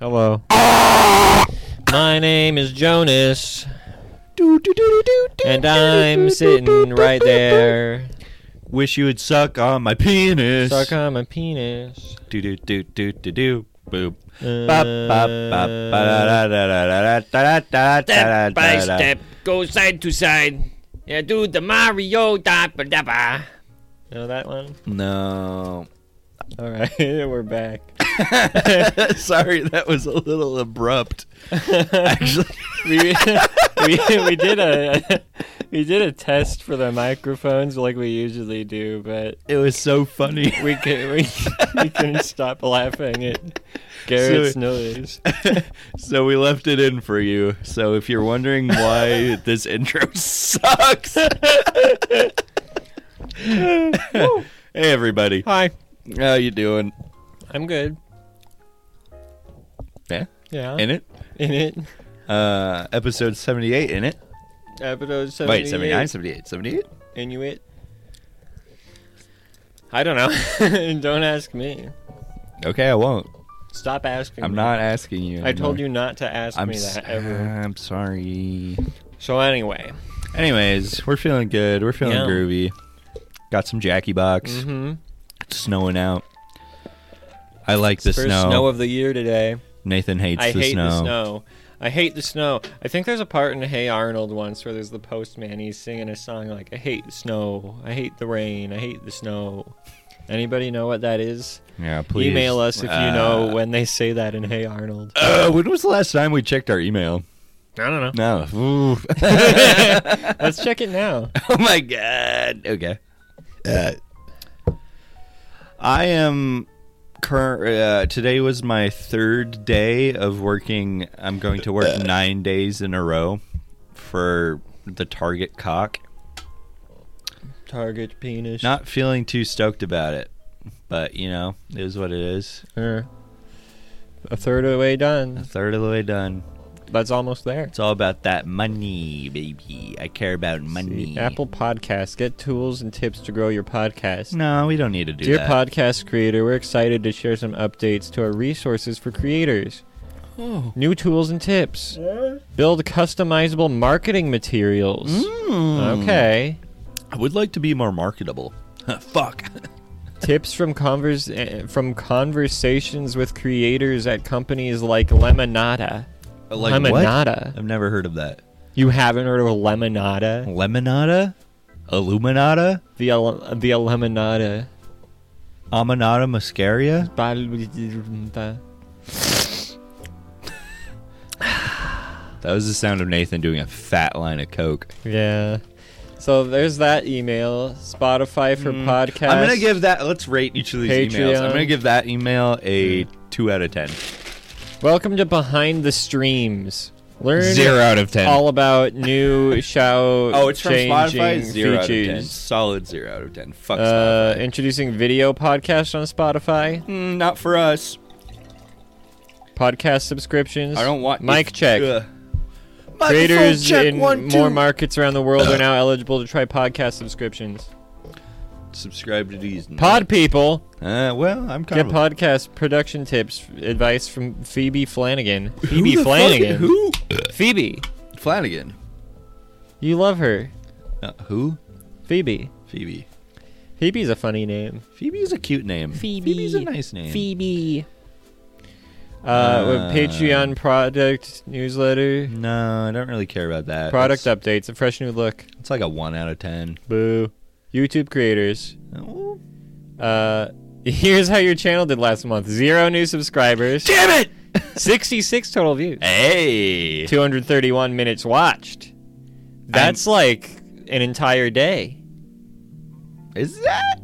Hello. My name is Jonas, And and I'm sitting right there. Wish you would suck on my penis. Suck on my penis. Do do do do do do. Boop. Uh, Step by step, go side to side. Yeah, do the Mario da ba da ba. You know that one? No. All right, we're back. Sorry, that was a little abrupt. Actually, we, we, we did a we did a test for the microphones like we usually do, but it was so funny. we could, we, we couldn't stop laughing at Garrett's So- noise. so we left it in for you. So if you're wondering why this intro sucks. hey everybody. Hi, How you doing? I'm good. Yeah. Yeah, In it? in it. Uh episode 78 in it. Episode 78. Wait, 79, 78, 78? Inuit. I don't know. don't ask me. Okay, I won't. Stop asking. I'm me. not asking you. I told anymore. you not to ask I'm me s- that ever. I'm sorry. So anyway, Anyways, we're feeling good. We're feeling Yeah. groovy. Got some Jackie Box. mm-hmm. It's snowing out. I like the first snow. snow of the year today. Nathan hates I the, hate snow. the snow. I hate the snow. I think there's a part in Hey Arnold once where there's the postman. He's singing a song like, "I hate the snow. I hate the rain. I hate the snow." Anybody know what that is? Yeah, please Email us if you know Uh, when they say that in Hey Arnold. Uh, when was the last time we checked our email? I don't know. No. Ooh. Let's check it now. oh my god. Okay. Uh, I am current. Uh, today was my third day of working. I'm going to work nine days in a row for the Target cock. Target penis. Not feeling too stoked about it, but you know, it is what it is. Uh, a third of the way A done. third of the way done. That's almost there. It's all about that money, baby. I care about money. See, Apple Podcasts. Get tools and tips to grow your podcast. No, we don't need to do Dear that. podcast creator, we're excited to share some updates to our resources for creators. Oh. New tools and tips. Build customizable marketing materials. Mm. Hmm. Okay. I would like to be more marketable. Fuck. tips from convers- eh, from conversations with creators at companies like Lemonada. Like what? Lemonada. I've never heard of that. You haven't heard of a Lemonada? Lemonada? Illuminata? The el- the Lemonada. Amanata muscaria? That was the sound of Nathan doing a fat line of coke. Yeah. So there's that email. Spotify for podcasts. Mm. I'm gonna give that. Let's rate each of these emails. I'm Patreon. Hmm. gonna give that email a two out of ten. Welcome to Behind the Streams. Learn out of ten. all about new show. oh, it's from Spotify. changing Zero out of ten. features. Solid zero out of ten. Fuck Uh, Spotify. introducing video podcast on Spotify. Mm, not for us. Podcast subscriptions. I don't want uh, mic check. Ugh. Microphone Creators check, in one, more two. markets around the world are now eligible to try podcast subscriptions. Subscribe to these. Pod people Uh, well, I'm kind get of. podcast production tips, advice from Phoebe Flanagan. Who Phoebe the fuck- Flanagan. Who? Phoebe, Flanagan. you love her. Uh, who? Phoebe. Phoebe. Phoebe's a funny name. Phoebe is a cute name. Phoebe. Phoebe's a nice name. Phoebe. Uh, Uh, with Patreon product newsletter, No, I don't really care about that. It's, product updates, a fresh new look. it's like a one out of ten. Boo. YouTube creators. Oh. Uh, here's how your channel did last month: zero new subscribers, Damn it! 66 total views, Hey. 231 minutes watched. That's like an entire day. Is that?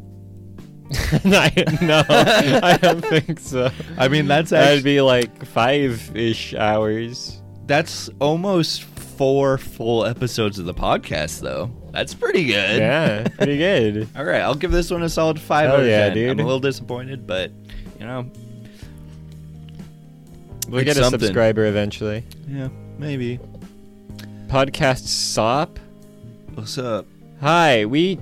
I- no, I don't think so. I mean, that's That'd actually, be like five ish hours. that's almost four full episodes of the podcast, though. That's pretty good. Yeah, pretty good. All right, I'll give this one a solid five Hell out of yeah, ten. I'm dude. a little disappointed, but you know, We'll It's get a something. subscriber eventually. yeah, maybe. Podcast SOP. What's up? Hi, we.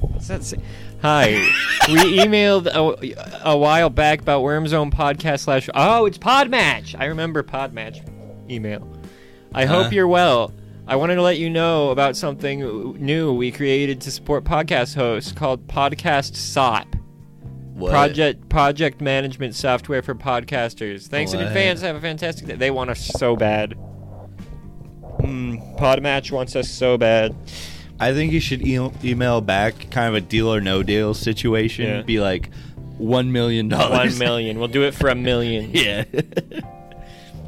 What's that say? Hi. we emailed a, a while back about Wormzone Podcast slash. Oh, it's Podmatch. I remember Podmatch email. I Huh? hope you're well. I wanted to let you know about something new we created to support podcast hosts called Podcast SOP. What? Project project management software for podcasters. Thanks in What? advance. Have a fantastic day. They want us so bad. Hmm. Mm, Podmatch wants us so bad. I think you should e- email back, kind of a deal or no deal situation. Yeah. Be like, one million dollars. One million. We'll do it for a million. yeah.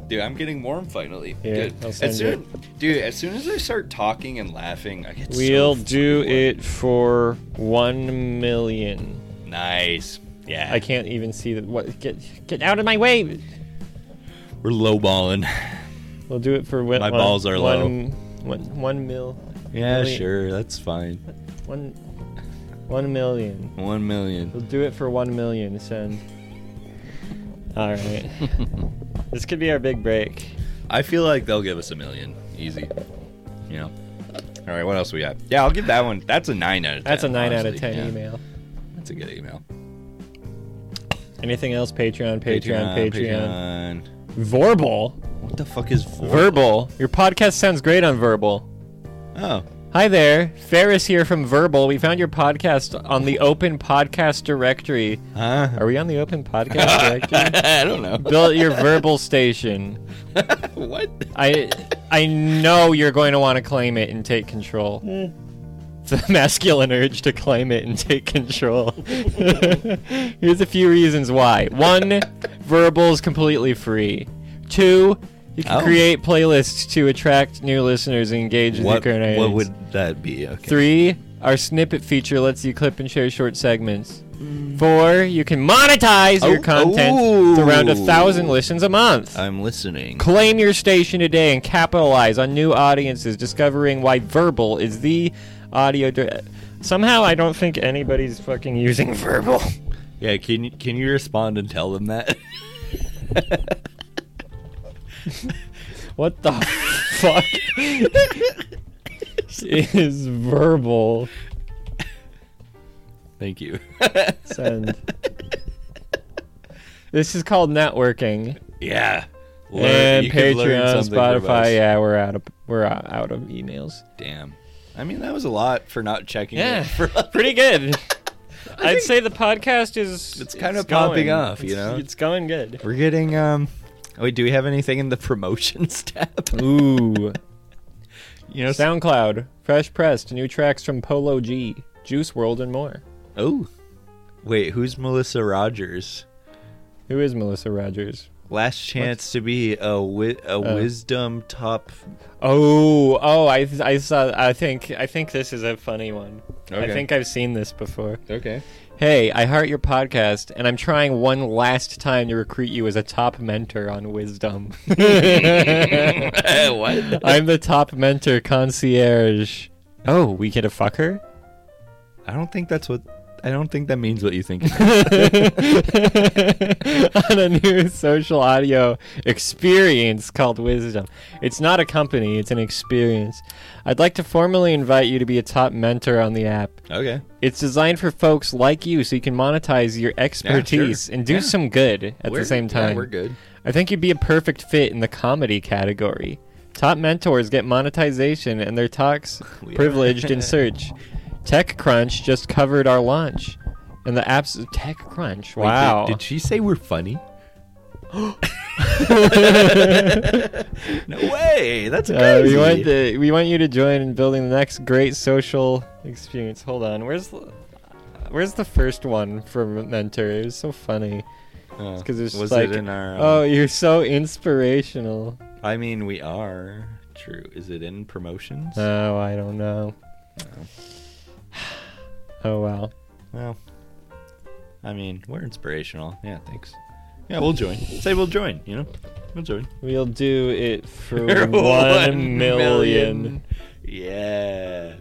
Dude, I'm getting warm finally. Yeah, Good. I'll send As soon, dude, as soon as I start talking and laughing, I get so We'll do fucking warm. it for one million. Nice. Yeah. I can't even see the what. Get get out of my way. We're lowballing. We'll do it for one. My balls are one, low. One, one mil. Yeah, Million. sure. That's fine. One. One million. One million. We'll do it for one million. Send. All right. this could be our big break. I feel like they'll give us a million. Easy. You know. All right, what else we got? Yeah, I'll give that one. That's a 9 out of 10. That's a nine out of honestly. ten Yeah, email. That's a good email. Anything else? Patreon, Patreon, Patreon. Patreon. Verbal. What the fuck is vor- Verbal. Your podcast sounds great on verbal. Oh. Hi there, Ferris here from Verbal. We found your podcast on the Open Podcast Directory. Huh? Are we on the Open Podcast Directory? I don't know. Built your verbal station. what? I I know you're going to want to claim it and take control. Hmm. The masculine urge to claim it and take control. Here's a few reasons why. One, verbal is completely free. Two, you can Oh. create playlists to attract new listeners and engage with your What, current what audience. would that be? Okay. Three, our snippet feature lets you clip and share short segments. Four, you can monetize Mm. your Oh, content to around a ooh. Uh. thousand listens a month. I'm listening. Claim your station today and capitalize on new audiences, discovering why verbal is the audio. Di- Somehow, I don't think anybody's fucking using verbal. Yeah, can you, can you respond and tell them that? What the fuck is verbal? Thank you. Send. This is called networking. yeah. Learn- and you could learn Patreon, something from us. Spotify. Yeah, we're out of we're out out of emails. Damn. I mean, that was a lot for not checking. it for- pretty good. I'd think- say the podcast is It's kind of popping going. off, you It's- know? It's going good. We're getting um. Wait, do we have anything in the promotions tab? Ooh. you know, SoundCloud, Fresh Pressed, new tracks from Polo G, Juice World, and more. oh, wait, who's Melissa Rogers? Who is Melissa Rogers? Last chance to be a wi- a wisdom top. Oh, oh, I, I saw. I think, I think this is a funny one. I Okay. think I've seen this before. Okay. Hey, I heart your podcast, and I'm trying one last time to recruit you as a top mentor on Wisdom. what? I'm the top mentor concierge. Oh, we get a fucker? I don't think that's what. I don't think that means what you think. on a new social audio experience called Wisdom. It's not a company, it's an experience. I'd like to formally invite you to be a top mentor on the app. okay. It's designed for folks like you so you can monetize your expertise and do Yeah. some good at We're- the same yeah, time. we're good. I think you'd be a perfect fit in the comedy category. Top mentors get monetization and their talks We are. privileged in search. TechCrunch just covered our launch. And the apps TechCrunch. Wait, did- Wow. Did, she say we're funny? no way. That's Uh, crazy. we want the, we want you to join in building the next great social experience. Hold on. Where's the Where's the first one for mentor? It was so funny Oh, because it's was just like, it in our? um, oh, you're so inspirational. I mean, we are. True. Is it in promotions? Oh, I don't know. Oh well. well, I mean, we're inspirational. Yeah, thanks. Yeah, we'll join. Say we'll join. You know, we'll join. We'll do it for one million. Yeah.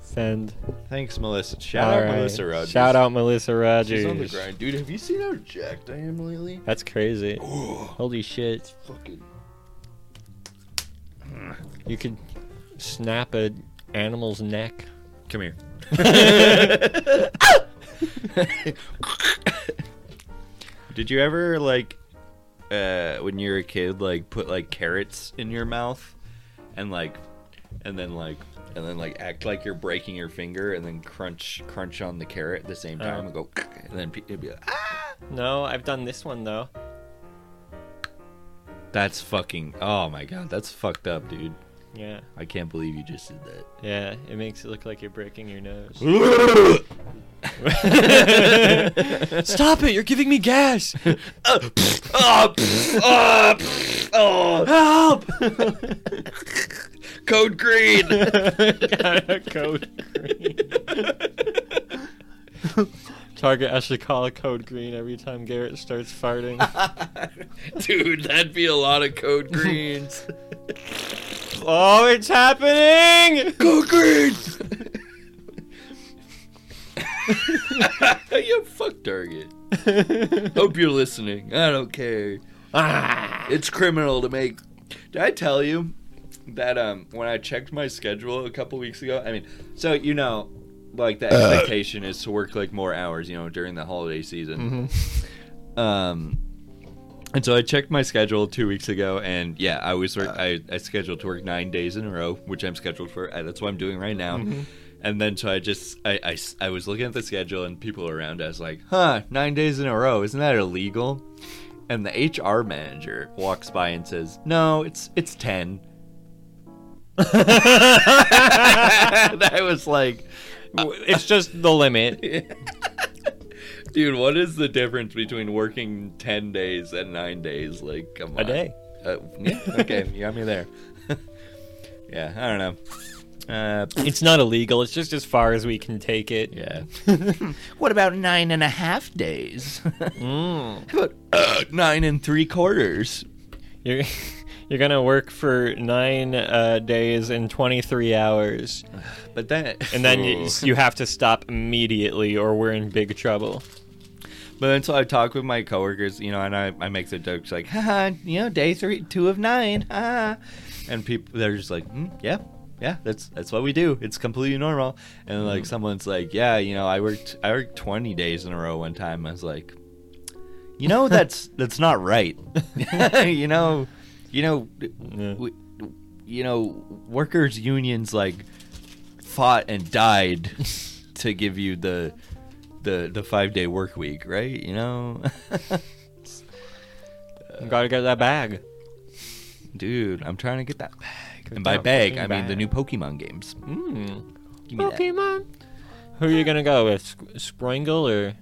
Send. Thanks, Melissa. Shout All out right. Melissa Rogers. Shout out Melissa Rogers. She's on the grind, dude. Have you seen how jacked I am lately? That's crazy. Holy shit. Fucking. You could snap a animal's neck. Come here. Did you ever like uh when you were a kid like put like carrots in your mouth and like and then like and then like act like you're breaking your finger and then crunch crunch on the carrot at the same time Uh. and go and then pe- it'd be like ah! No, I've done this one though. that's fucking oh my god that's fucked up dude Yeah, I can't believe you just did that yeah. It makes it look like you're breaking your nose. Stop it! You're giving me gas. Up, up, oh, Help! code green. code green. Target has to call a code green every time Garrett starts farting. Dude, that'd be a lot of code greens. oh, it's happening! code greens! yeah, fuck Target. Hope you're listening. I don't care. Ah. It's criminal to make. Did I tell you that um when I checked my schedule a couple weeks ago? I mean, so you know, like the expectation is to work like more hours, you know, during the holiday season. Um, and so I checked my schedule two weeks ago, and yeah, I was work- I, I scheduled to work nine days in a row, which I'm scheduled for. uh, That's what I'm doing right now. And then so I just I, I s- I was looking at the schedule and people around. I was like, huh, nine days in a row, isn't that illegal? And the HR manager walks by and says, no, it's it's ten. and I was like, it's just the limit. dude, what is the difference between working ten days and nine days? Like, come on. A day. Uh, yeah, okay, you got me there. yeah, I don't know. Uh, It's not illegal. It's just as far as we can take it. yeah. what about nine and a half days? Mm. How about uh, nine and three quarters? You're you're gonna work for nine uh, days and 23 hours, But then, and then you, you have to stop immediately, or we're in big trouble. but then so I talk with my coworkers, you know, and I, I make the jokes like, haha, you know, day three, two of nine, haha. And people, they're just like, mm, yeah, yeah, that's that's what we do. It's completely normal. And like someone's like, yeah, you know, I worked I worked 20 days in a row one time. I was like, you know, that's that's not right. you know, you know, Yeah. we, you know, workers unions like fought and died to give you the the the five day work week, right? You know, You gotta get that bag. dude, I'm trying to get that bag. And Get by that bag, fucking I mean the bag. new Pokemon games. Mm. Give me that. Pokemon. Who are you gonna go with, Squ- Springle or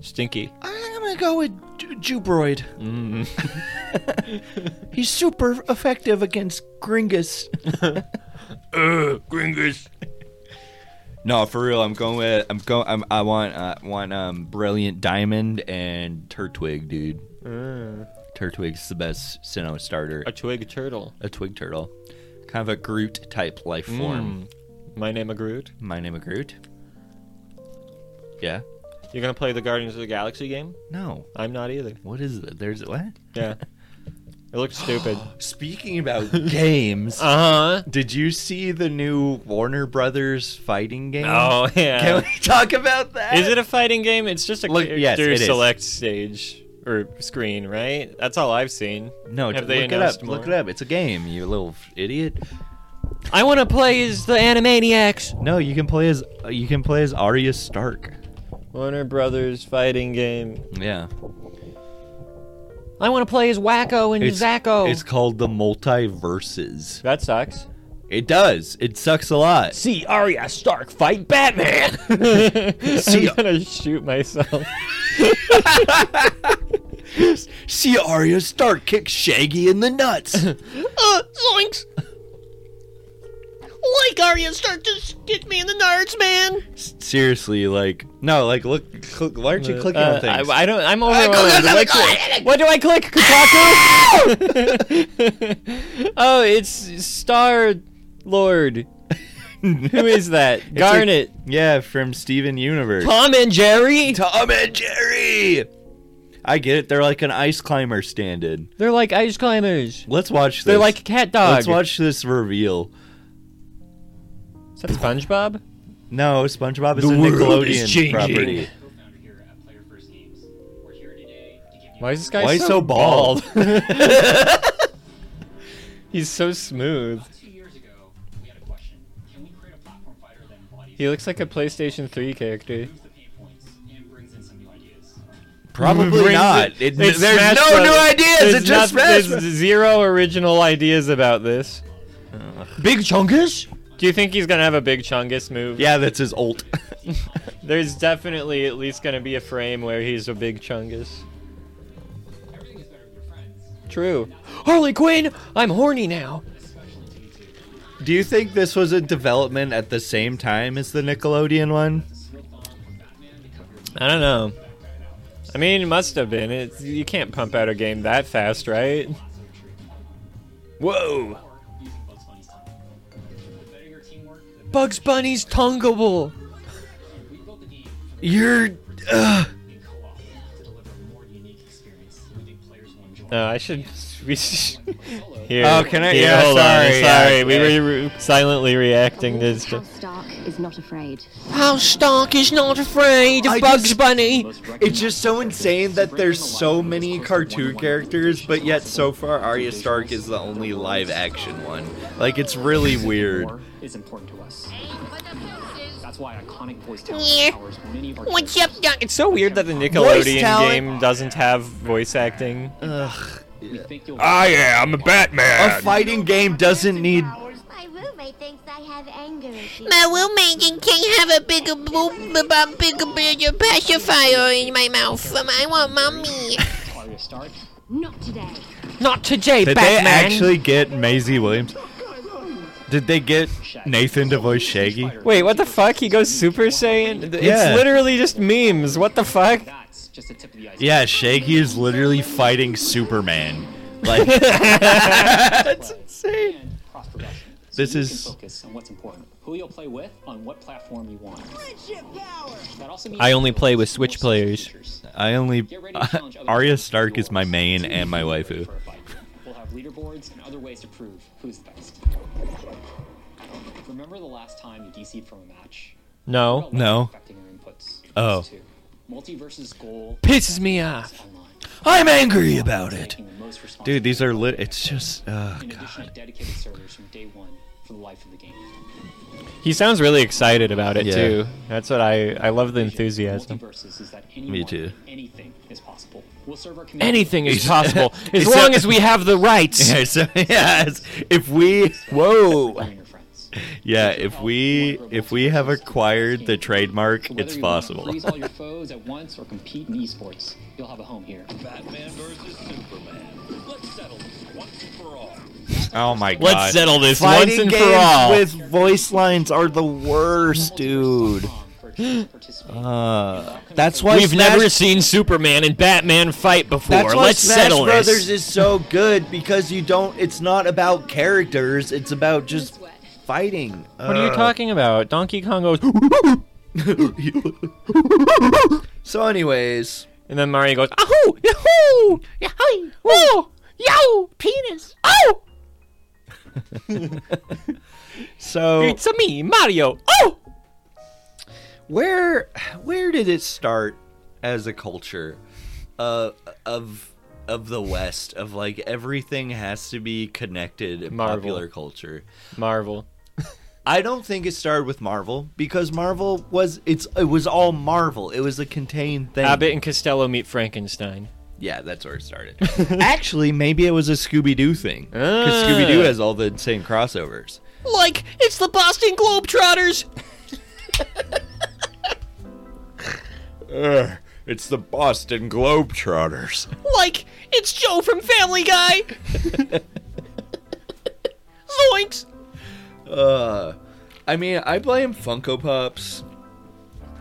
Stinky? I think I'm gonna go with Ju- Jubroid. Mm. He's super effective against Gringus. uh, Gringus. No, for real, I'm going with I'm going I'm, I want uh, want um Brilliant Diamond and Turtwig, dude. Turtwig's the best Sinnoh starter. a twig turtle. a twig turtle, kind of a Groot type life form. Mm. My name a Groot. My name is Groot. Yeah. You're gonna play the Guardians of the Galaxy game? No. I'm not either. What is it? There's what? Yeah. it looks stupid. Speaking about games, Uh huh. did you see the new Warner Brothers fighting game? Oh yeah. Can we talk about that? Is it a fighting game? It's just a Look, character yes, it is. select stage or screen, right? That's all I've seen. No, Have t- they look it announced up. Look it more? up. It's a game. You little f- idiot. I want to play as the Animaniacs. No, you can play as you can play as Arya Stark. Warner Brothers fighting game. Yeah. I want to play as Wacko and It's- It's called the Multiverses. that sucks. It does. It sucks a lot. See Arya Stark fight Batman. See- I'm gonna shoot myself. See Arya Stark kick Shaggy in the nuts. Uh, zoinks! Like Arya Stark, just get me in the nards, man! Seriously, like no, like look, click, why aren't you clicking Uh, on things? I, I don't. I'm click, Oh, overwhelmed. click, Like, click, click. what do I click? Kotaku. oh, it's Star Lord. Who is that? Garnet. yeah, from Steven Universe. Tom and Jerry. Tom and Jerry. I get it. They're like an ice climber stand-in. They're like ice climbers. Let's watch this. They're like cat dogs. Let's watch this reveal. Is that SpongeBob? No, SpongeBob is The a world Nickelodeon is changing. property. founder here at Player First Games. We're here today to give you Why is this guy Why so, so bald? He's so smooth. About two years ago, we had a question. Can we create a platform fighter that embodies He looks like a PlayStation 3 character. moves the pain points and brings in some new ideas? Probably Brings not. it- It- it's there's Smash no Brothers. new ideas. There's it just not- Smash. There's zero original ideas about this. Big Chungus? Do you think he's gonna have a big Chungus move? Yeah, that's his ult. There's definitely at least gonna be a frame where he's a big Chungus. Everything is better with your friends, True. Harley Quinn, I'm horny now. especially to you two. Do you think this was a development at the same time as the Nickelodeon one? I don't know. I mean, it must have been. It's, you can't pump out a game that fast, right? Whoa! Or using Bugs Bunny's tongue. The better your teamwork, the better Bugs Bunny's tongueable. we built the game You're. ugh. in co-op to deliver a more unique experience. We think players will enjoy. No, I should. We sh- here. Oh, can I- here, yeah, hold on, sorry, yeah, sorry. we okay. were re- silently reacting to stuff. House Stark is not afraid. How Stark is not afraid of I Bugs just- Bunny. It's just so insane that there's so many cartoon characters, but yet so far Arya Stark is the only live action one. Like, it's really weird. More is important to us. That's why iconic voice Yeah. talent powers many of our What's characters. up, Doc? It's so weird that the Nickelodeon talent. game doesn't have voice acting. We think you'll am Batman. A fighting game doesn't need. My roommate thinks I have anger issues. My roommate and can have a bigger boob, bigger, bigger, bigger pacifier in my mouth. Um, I want mommy. Arya Stark. Not today. Not today, Did they Batman. actually get Maisie Williams? Did they get Shaggy. Nathan to voice Shaggy? Spider- Wait, what the fuck? He goes Super Saiyan? It's Yeah. literally just memes. What the fuck? That's just the tip of the iceberg. Yeah, Shaggy is literally fighting Superman. Like, That's insane. And cross production. So This you is- can focus on what's important. Who you'll play with on what platform you want. That also means I only play with Switch more social players. features. I only. Get ready to challenge other Arya people Stark with is my yours. main So you and my can be ready waifu. for a fight. We'll have leaderboards and other ways to prove who's the best. Remember the last time you DC'd from a match? No. No. Affecting your inputs. Oh. Two. Multiverse's goal Pisses me off. is online. I'm angry about it. Taking the most responsibility. Dude, these are lit. It's just. Oh, In God. addition to dedicated servers from day one for the life of the game. He sounds really excited about it Yeah. too. That's what I I love the enthusiasm. Multiverses is that anyone, too. Anything is possible. We'll serve our community. Anything is possible as he's long so- as we have the rights. Yeah, so, yeah, it's- if we. You Whoa. and your friends. Yeah, if we if we have acquired the trademark, So whether it's you wanna possible. Freeze all your foes at once or compete in esports. You'll have a home here. Oh my god. Let's settle this Fighting once and games for all. with voice lines are the worst, dude. Multiverse.com for a chance to participate. Uh, that's why We've Smash- never seen Superman and Batman fight before. That's why Let's Smash settle Brothers this. is so good because you don't. It's not about characters. It's about just fighting. Uh, What are you talking about? Donkey Kong goes, So, anyways, and then Mario goes, "Ah, ahoo, yahoo, yahoo, whoa, yo, penis, oh, so it's a me, Mario, oh. where where did it start as a culture uh, of of the West of like everything has to be connected in Marvel. popular culture? Marvel. I don't think it started with Marvel because Marvel was it's it was all Marvel. It was a contained thing. Abbott and Costello meet Frankenstein. Yeah, that's where it started. Actually, maybe it was a Scooby Doo thing because Ah. Scooby Doo has all the insane crossovers. Like, it's the Boston Globetrotters. it's the Boston Globetrotters. Like, it's Joe from Family Guy. Zoinks. Uh, I mean, I blame Funko Pops.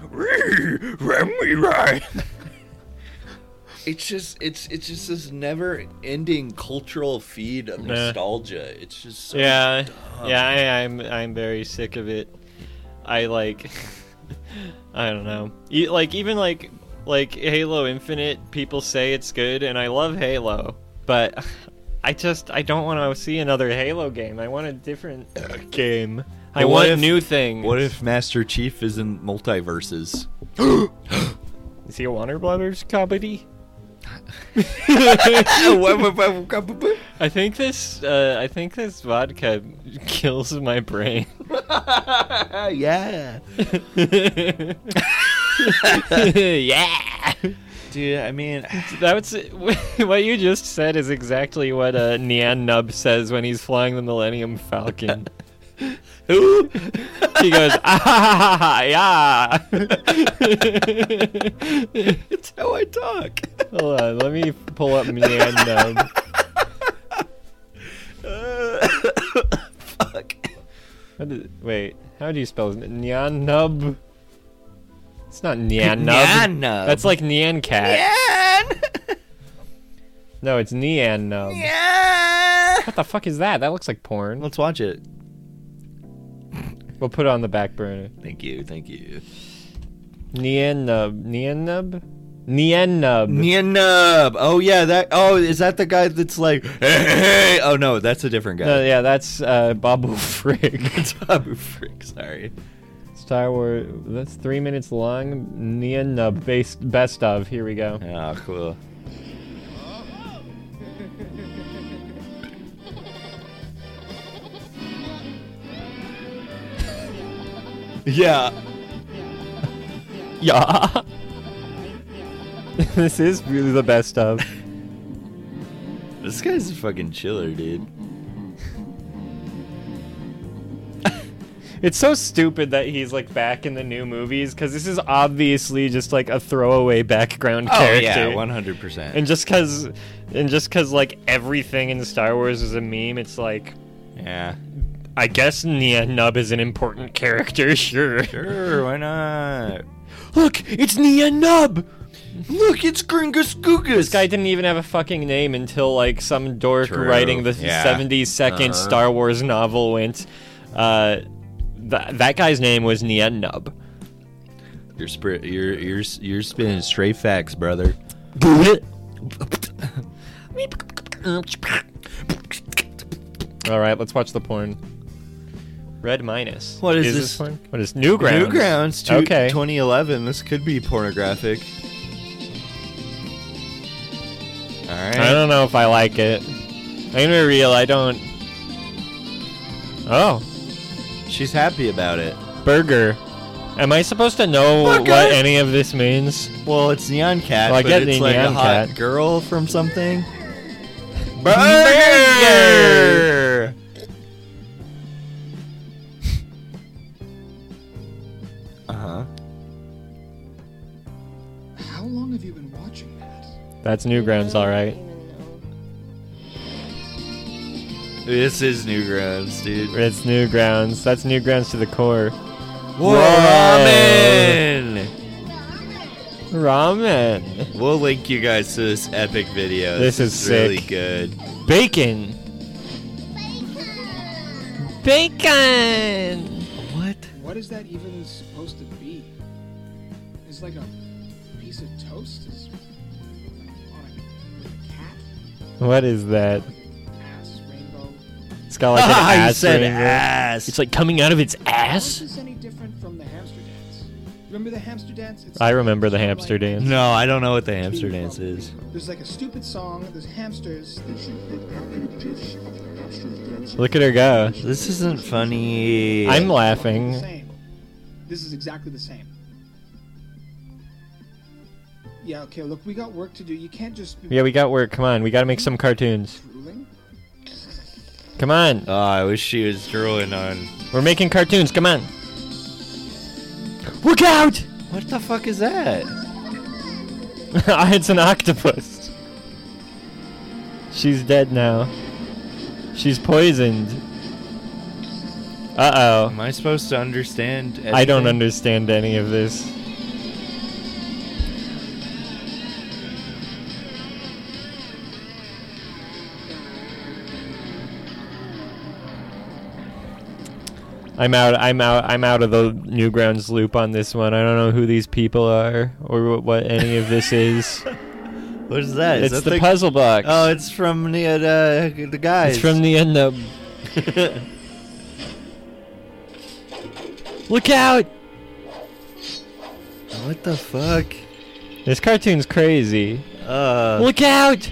it's just it's it's just this never-ending cultural feed of Nah. nostalgia. It's just so Yeah, yeah, I, I'm I'm very sick of it. I like, I don't know, E- like even like like Halo Infinite, people say it's good, and I love Halo, but I just I don't want to see another Halo game. I want a different game. I But what want if- new things. What if Master Chief is in multiverses? is he a Warner Brothers comedy? I think this uh, I think this vodka kills my brain. Ah, yeah. yeah. Dude, I mean, That's what you just said is exactly what uh, Nyan Nub says when he's flying the Millennium Falcon. who? he goes, ah, ha, ha, ha, yeah. It's how I talk. Hold on, let me pull up Nyan Nub. Fuck. What is, wait, how do you spell his name? Nyan Nub? It's not Nyan Nub. Nyan Nub. That's like Nyan Cat. No, it's Nyan Nub. What the fuck is that? That looks like porn. Let's watch it. We'll put it on the back burner. Thank you, thank you. Nyan Nub. Nyan Nub? Nyan Nub. Nyanub. Oh yeah, that. Oh, is that the guy that's like? Hey, hey. Oh no, that's a different No, guy. yeah, that's uh, Babu Frick. It's Abu Frick. Sorry. Star Wars. That's three minutes long. Nyan Nub. Based, best of. Here we go. Oh, cool. Yeah. Yeah. this is really the best of. This guy's a fucking chiller, dude. It's so stupid that he's like back in the new movies because this is obviously just like a throwaway background character. one hundred percent. and just because, and just because like everything in Star Wars is a meme, it's like Yeah. I guess Nia Nub is an important character. Sure. Sure, why not? Look, it's Nia Nub. Look, it's Gringus Googus. This guy didn't even have a fucking name until like some dork True, writing the yeah. 72nd Uh-huh. Star Wars novel went. Uh, th- that guy's name was Nia Nub. You're, spri- you're, you're, you're spinning straight facts, brother. All right, let's watch the porn. Red minus. What is this? porn? What is Newgrounds? Newgrounds to Okay. 2011. This could be pornographic. All I right. don't know if I like it. I'm gonna be real. I don't. Oh, She's happy about it. burger. Am I supposed to know Burger? what any of this means? Well, it's Neon Cat, Well, I but get it's the like a Neon hot Cat. girl from something. Burger! Uh huh. How long have you been watching that? That's Newgrounds, all right. This is Newgrounds, dude. It's Newgrounds. That's Newgrounds to the core. Ramen! Oh. Ramen, We'll link you guys to this epic video. This is sick. really good. bacon, bacon. What? What is that even supposed to be? It's like a piece of toast is on a, with a cat, What is that? ass, rainbow. It's got like an Ah, you ass said ring. ass. It's like coming out of its How is ass. this any different from the hamster dance? Remember the hamster dance? It's I remember the sort of hamster like- dance. no, I don't know what the hamster dance is. There's like a stupid song. There's hamsters. There's Look at her go. This isn't funny. I'm laughing. same. This is exactly the same. Yeah. Okay. Look, we got work to do. You can't just be Yeah, we got work. Come on, we gotta make some cartoons. drooling. Come on, Oh, I wish she was drooling on. we're making cartoons. Come on. Look out! What the fuck is that? it's an octopus. She's dead now. She's poisoned. Uh Am I supposed to understand? oh. I don't anything? understand any of this. I'm out. I'm out. I'm out of the Newgrounds loop on this one. I don't know who these people are or wh- what any of this is. What is that? Is It's that the puzzle box. Oh, it's from the uh, the guys. It's from the end of. Look out! what the fuck? This cartoon's crazy. Uh, Look out!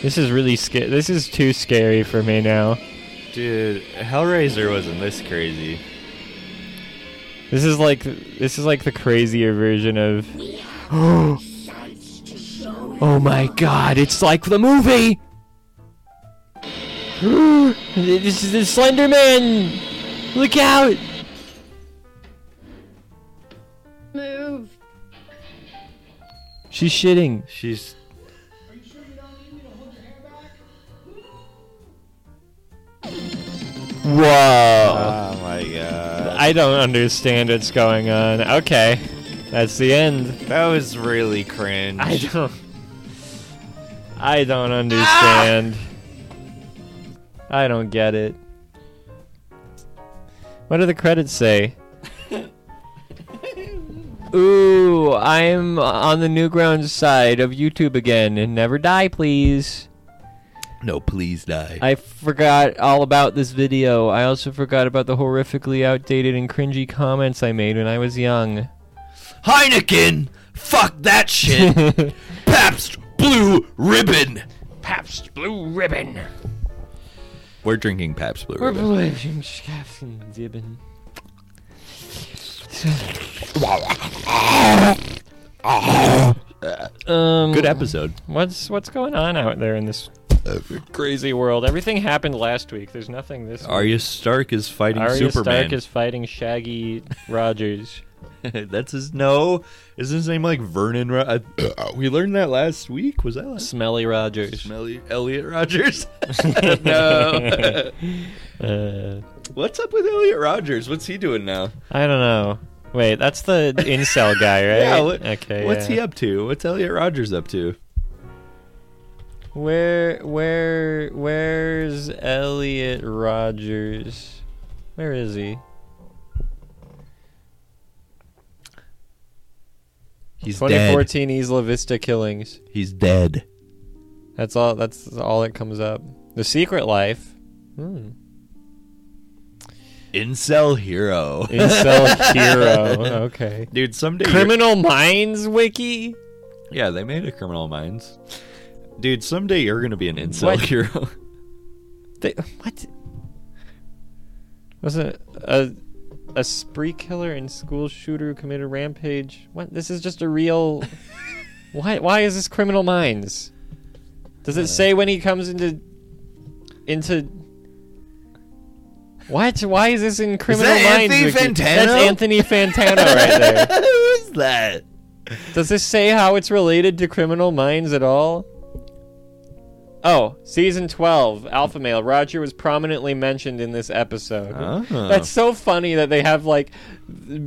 This is really scary. This is too scary for me now. dude, Hellraiser wasn't this crazy. This is like this is like the crazier version of. oh my god! It's like the movie. this is the Slender Man. Look out! Move. She's shitting. She's. Whoa! Oh my god. I don't understand what's going on. Okay, that's the end. That was really cringe. I don't. I don't understand. Ah! I don't get it. What do the credits say? Ooh, I'm on the Newgrounds side of YouTube again, and never die, please. no, please die. I forgot all about this video. I also forgot about the horrifically outdated and cringy comments I made when I was young. Heineken! Fuck that shit! Pabst Blue Ribbon! Pabst Blue Ribbon. We're drinking Pabst Blue Ribbon. Whoa, um, Good episode. What's what's going on out there in this crazy world? Everything happened last week. There's nothing this. week. Arya Stark is fighting Arya Superman. Stark is fighting Shaggy Rogers. That's his no. Isn't his name like Vernon? Ro- I- uh, we learned that last week. Was that last? Smelly Rogers. Smelly Elliot Rogers. no. Uh, What's up with Elliot Rogers? What's he doing now? I don't know. Wait, that's the incel guy, right? Yeah. What, okay. What's yeah. he up to? What's Elliot Rogers up to? Where where where's Elliot Rogers? Where is he? He's 2014 Isla Vista killings. He's dead. That's all that's all that comes up. The Secret Life. Hmm. Incel hero. Incel hero. Okay. Dude, someday. you're- Criminal Minds wiki? Yeah, they made a Criminal Minds. Dude, someday you're gonna be an incel What? hero. They, what? Was it a a spree killer and school shooter who committed a rampage? What? This is just a real. why? Why is this Criminal Minds? Does Uh. it say when he comes into into? What? Why is this in Criminal Minds? Anthony Wiki? That's Fantano? Anthony Fantano right there. Who's that? Does this say how it's related to Criminal Minds at all? Oh, season 12, Alpha Male. Roger was prominently mentioned in this episode. Oh. That's so funny that they have like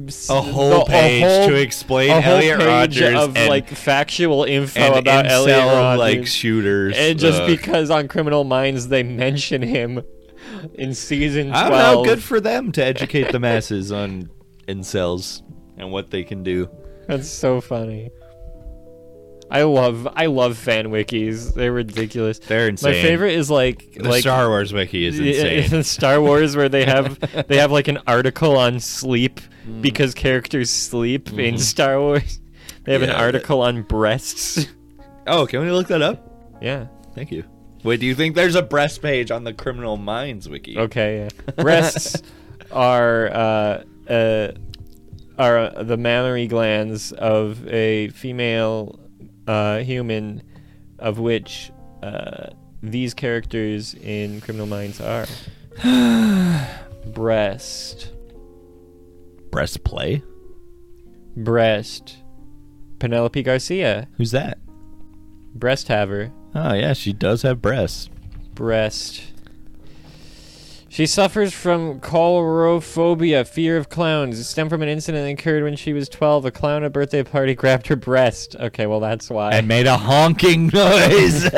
s- A whole the- page whole- to explain a whole Elliot page Rodgers of and- like factual info and about incel, Elliot Rodgers. like shooters. uh, and just Ugh. because on Criminal Minds they mention him in season 12. I don't know. Good for them to educate the masses on incels and what they can do. That's so funny. I love I love fan wikis. They're ridiculous. They're insane. My favorite is like The like Star Wars wiki is insane. in Star Wars where they have they have like an article on sleep Mm. because characters sleep in Star Wars. They have an Mm-hmm. Yeah. article on breasts. oh, can we look that up? yeah. Thank you. Wait, do you think there's a breast page on the Criminal Minds wiki? Okay. Yeah. Breasts are uh, uh, are uh, the mammary glands of a female uh, human, of which uh, these characters in Criminal Minds are. Breast, Breast play? breast. Penelope Garcia, Who's that? breast haver, Oh, yeah, she does have breasts. breast. She suffers from chlorophobia, fear of clowns. It stemmed from an incident that occurred when she was 12. A clown at a birthday party grabbed her breast. Okay, well, that's why. And made a honking noise.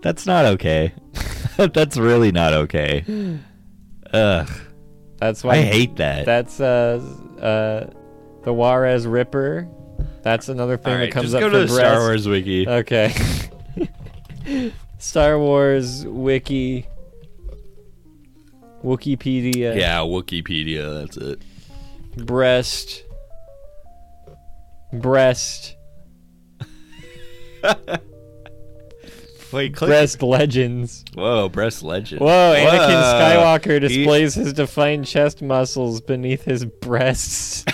That's not okay. That's really not okay. Ugh. that's why. I hate that. That's, uh, uh, the Juarez Ripper. That's another thing All right, that comes just up go for to the Star breast. Uh, Wars wiki. Okay. Star Wars wiki, Wikipedia, yeah, Wikipedia. That's it. breast, breast, Wait, click. breast legends. Whoa, breast legend. Whoa! Anakin Skywalker displays his defined chest muscles beneath his breasts.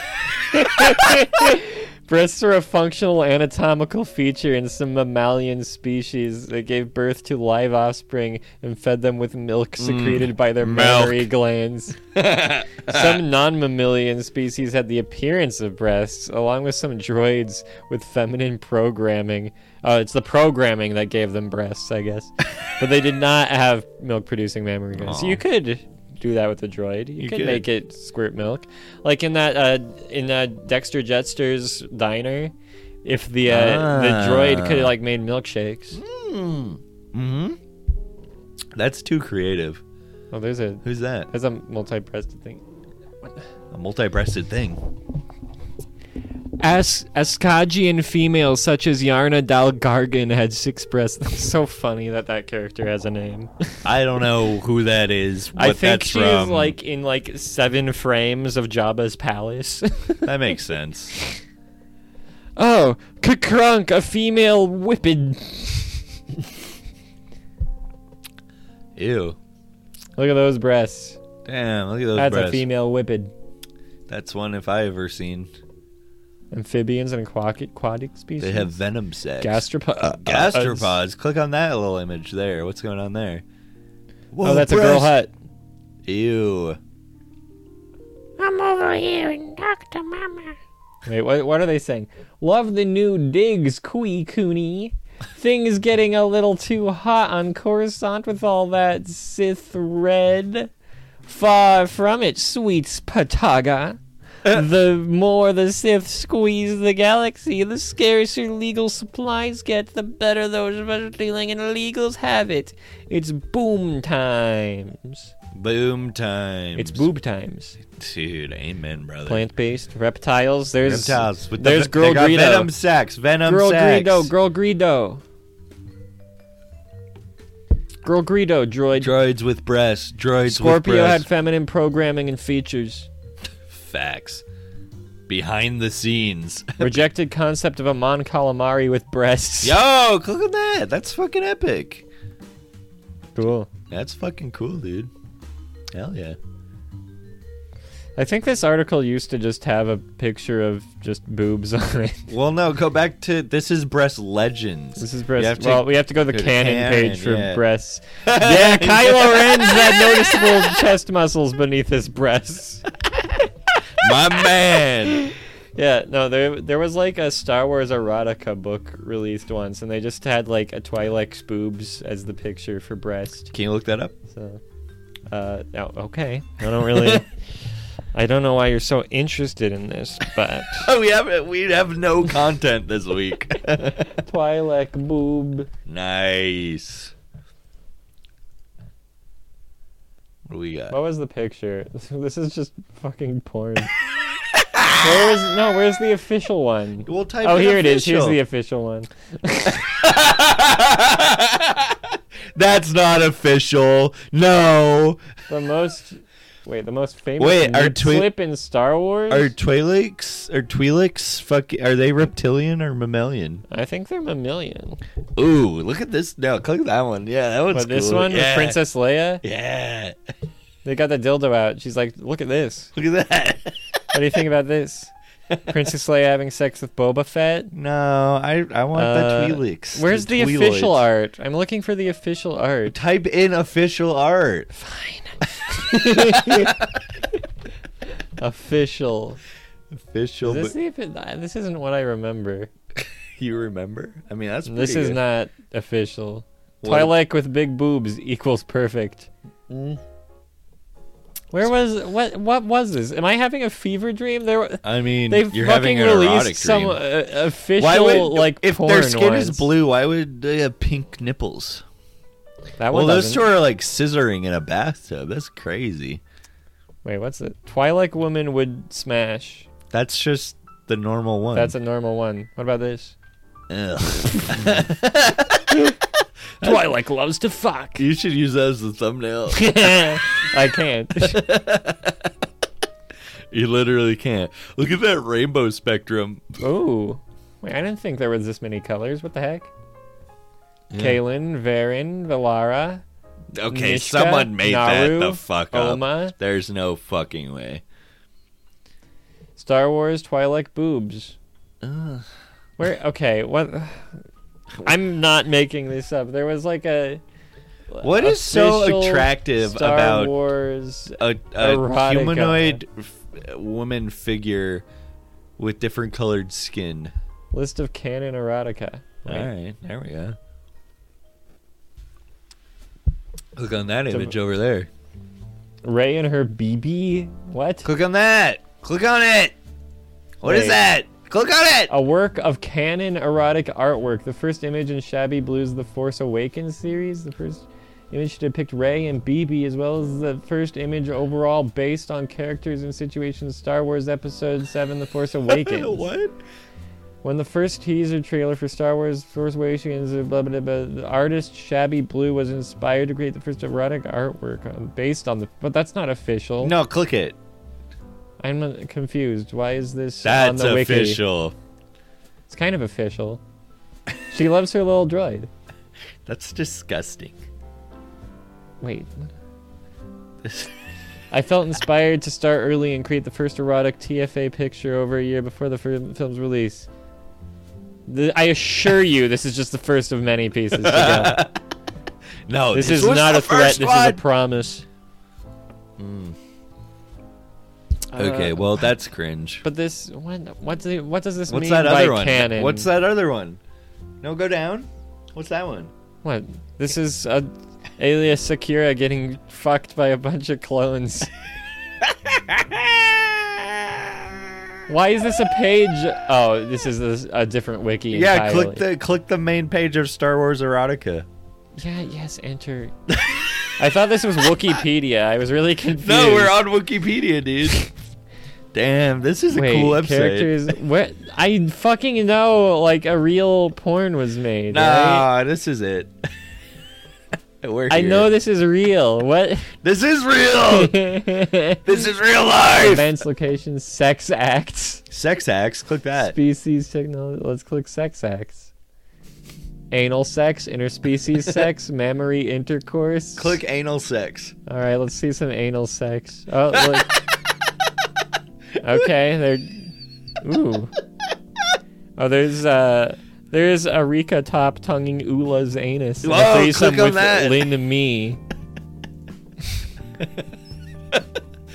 breasts are a functional anatomical feature in some mammalian species that gave birth to live offspring and fed them with milk secreted by their milk. mammary glands. some non mammalian species had the appearance of breasts, along with some droids with feminine programming. Oh, it's the programming that gave them breasts, I guess. but they did not have milk producing mammary glands. So Aw. you could do that with a droid. You, You could, could. make it squirt milk. Like in that uh, in uh, Dexter Jetster's diner, if the uh, the droid could have Ah. like made milkshakes. hmm That's too creative. Oh, there's a Who's that? there's a multi-breasted thing. A multi-breasted thing. As Ascagian females such as Yarna Dalgargan had six breasts. That's so funny that that character has a name. I don't know who that is. What I think that's she's from. like in like seven frames of Jabba's palace. That makes sense. oh, Kakrunk, a female whipped. Ew. Look at those breasts. Damn. Look at those That's breasts. a female whipped. That's one if I ever seen. Amphibians and aquatic, aquatic species. They have Uh, venom sex. gastropods. Gastropods. Click on that little image there. What's going on there? Whoa, Oh, that's a girl breast. hut. Ew. Come over here and talk to Mama. Wait, what, what are they saying? Love the new digs, Kui Cooney. Things getting a little too hot on Coruscant with all that Sith red. Far from it, sweet Pataga. Uh. the more the Sith squeeze the galaxy, the scarcer legal supplies get, the better those of us dealing in illegals have it. It's boom times. Boom time. It's boob times. Dude, amen, brother. Plant-based reptiles. There's Reptiles with the there's ve- girl they got Greedo. Venom sacks. Venom Girl sacks. Greedo, Girl Greedo. Girl Greedo, droid. Droids with breasts. Droids with Scorpio had breasts. feminine programming and features. Facts. Behind the scenes. Rejected concept of a Mon Calamari with breasts. Yo, click on that. That's fucking epic. Cool. That's fucking cool, dude. Hell yeah. I think this article used to just have a picture of just boobs on it. Well, no, go back to this is breast legends. This is You have breasts. to- Well, we have to go to the go to canon, canon, page for yeah. breasts. Yeah, Kylo Ren's had noticeable chest muscles beneath his breasts. my man. Yeah, no, there there was like a Star Wars erotica book released once, and they just had like a Twi'lek's boobs as the picture for breast. Can you look that up? So, uh, no, okay, I don't really, I don't know why you're so interested in this, but Oh, we have we have no content this week. Twi'lek boob. nice. What do we got? What was the picture? This is just fucking porn. Where is no? Where's the official one? We'll type. Oh, in here it is. Here's official. the official one. That's not official. No. The most. Wait, the most famous Wait, are nip twi- slip in Star Wars? Are Twi'leks are Twi'leks fuck are they reptilian or mammalian? I think they're mammalian. Ooh, look at this. No, click that one. Yeah, that one's But this cool. one yeah. with Princess Leia, Yeah. they got the dildo out. She's like, "Look at this. Look at that. What do you think about this?" Princess Leia having sex with Boba Fett. No, I I want Uh, the Twi'leks. Where's the, Twi'loids. official art? I'm looking for the official art. Type in official art. Official. Official. Is but this, the, offi- this isn't what I remember. you remember? I mean, that's This pretty is good. not official. What- Twi'lek with big boobs equals perfect. Hmm. Where was what? What was this? Am I having a fever dream? There, were- I mean, they you're fucking having an erotic released some dream. uh, official why would like if porn their skin once. is blue? Why would they have pink nipples? That Well, one those doesn't. two are like scissoring in a bathtub. That's crazy. Wait, what's it? Twilight woman would smash. That's just the normal one. That's a normal one. What about this? Twilight loves to fuck. you should use that as the thumbnail. I can't. you literally can't. Look at that rainbow spectrum. Ooh. Wait, I didn't think there was this many colors. What the heck? Kaylin, Varen, Valara, Okay, Nishka, someone made that Naru, the fuck up. Oma. There's no fucking way. Star Wars, Twilight boobs. Where? Okay, what? I'm not making this up. There was like a What is so official attractive Star about Wars. a, a Erotica. humanoid f- woman figure with different colored skin? List of canon erotica. Wait, All right, there we go. Click on that a- image over there. Ray and her BB. What? Click on that. Click on it. What is Wait. that? Click on it. A work of canon erotic artwork. The first image in Shabby Blues The Force Awakens series. The first image to depict Rey and BB, as well as the first image overall based on characters and situations in Star Wars Episode 7 The Force Awakens. what? When the first teaser trailer for Star Wars Force Awakens, uh, blah, blah, blah, the artist Shabby Blue was inspired to create the first erotic artwork uh, based on the. But that's not official. No, click it. I'm uh, confused. Why is this That's on the wiki? official. It's kind of official. She loves her little droid. That's disgusting. Wait. I felt inspired to start early and create the first erotic TFA picture over a year before the fir- film's release. The, I assure you, this is just the first of many pieces. to No, go. This this is was not the a threat. first This is a one. Hmm. promise. okay, well that's cringe. Uh, But this, what, what, do, what does this What's mean that by other one? canon? What's that other one? No, go down. What's that one? What? This is a alias Sakura getting fucked by a bunch of clones. Why is this a page? Oh, this is a, a different wiki. Yeah, click entirely. the click the main page of Star Wars erotica. Yeah, yes, enter. I thought this was Wikipedia. I was really confused. No, we're on Wikipedia, dude. Damn, this is a Wait, cool website. characters. Where I fucking know, like a real porn was made. right? Nah, this is it. We're I here. know this is real. What? this is real. Oh, this is real life. Events, locations, sex acts. Sex acts. Click that. Species technology. Let's click sex acts. Anal sex, interspecies sex, mammary intercourse. Click anal sex. All right, let's see some anal sex. Oh, look. okay, there. Ooh. Oh, there's uh, there's Arika top tonguing Ula's anus. in a Whoa, threesome click on with that. Lin Me.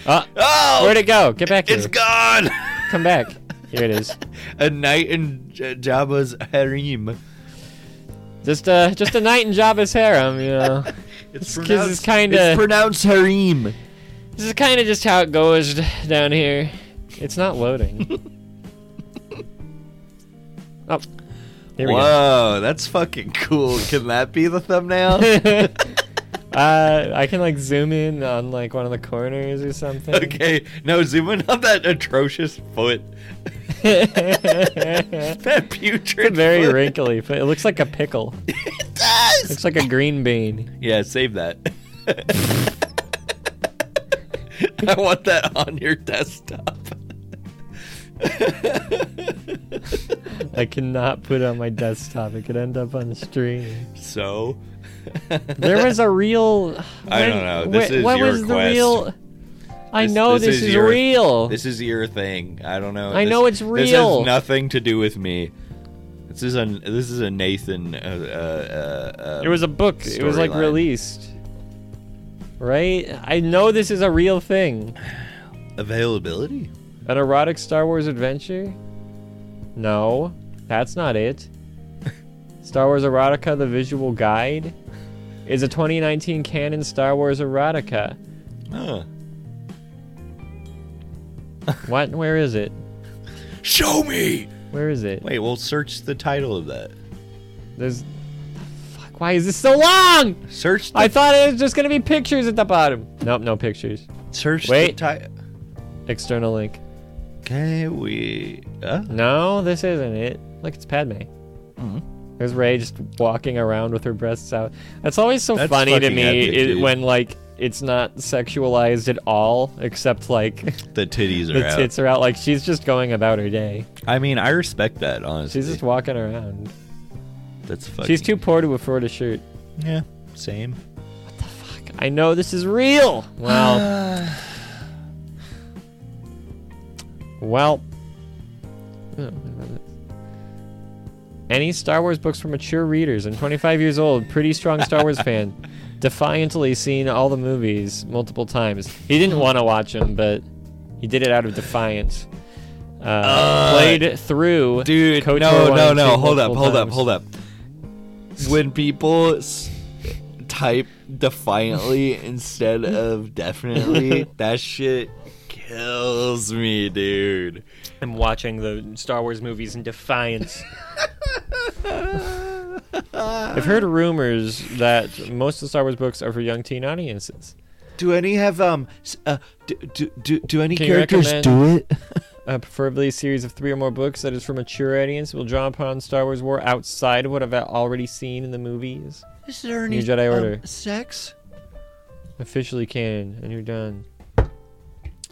Ah, Oh, where'd it go? Get back here. it's gone. Come back. Here it is. a night in J- Jabba's harem. Just uh, just a night in Jabba's harem, you know. It's 'cause pronounced- it's kinda- It's pronounced harem. This is kind of just how it goes down here. It's not loading. oh, here we go. Whoa, that's fucking cool. Can that be the thumbnail? uh, I can like zoom in on like one of the corners or something. okay, no, zoom in on that atrocious foot. it's That putrid. a very foot. wrinkly, but it looks like a pickle. It does. Looks like a green bean. Yeah, save that. I want that on your desktop. I cannot put it on my desktop. It could end up on the stream. so, There was a real. I don't when- know. This wh- is what your was the quest. real? I This- know this this, is is, your- real. this is your thing. I don't know. I This- know it's This has real. nothing to do with me. This is a this is a Nathan. Uh, uh, uh, uh, It was a book. It was like storyline. released. Right? I know this is a real thing. availability. An erotic Star Wars adventure? No, that's not it. Star Wars Erotica The Visual Guide is a 2019 canon Star Wars erotica. Huh. What? Where is it? Show me. Where is it? Wait, we'll search the title of that. There's. Fuck, why is this so long? Search. The, I thought it was just gonna be pictures at the bottom. Nope, no pictures. Search Wait. the title. External link. Okay, we. Uh, No, this isn't it. Look, it's Padme. Mm-hmm. There's Ray just walking around with her breasts out. That's always so That's funny to fucking me epic, i- dude. when like it's not sexualized at all, except like the titties the are out. tits are out. Like she's just going about her day. I mean, I respect that honestly. She's just walking around. That's fucking. She's too poor to afford a shirt. Yeah, same. I know this is real. Well, well. Oh, what about this? Any Star Wars books for mature readers? I'm 25 years old, pretty strong Star Wars fan. Defiantly seen all the movies multiple times. He didn't want to watch them, but he did it out of defiance. Uh, played through. Dude, Kotor no, 1 no, and 2 no. Hold up, multiple hold up, times. hold up. When people s- type defiantly instead of definitely, that shit kills me, dude. I'm watching the Star Wars movies in defiance. I've heard rumors that most of the Star Wars books are for young teen audiences. Do any have um? s- Uh, do, do, do, do any Can you characters recommend- do it? Uh, preferably a series of three or more books that is for mature audience will draw upon Star Wars lore outside of what I've already seen in the movies. Is there New any Jedi um, Order. sex? Officially canon. A new done.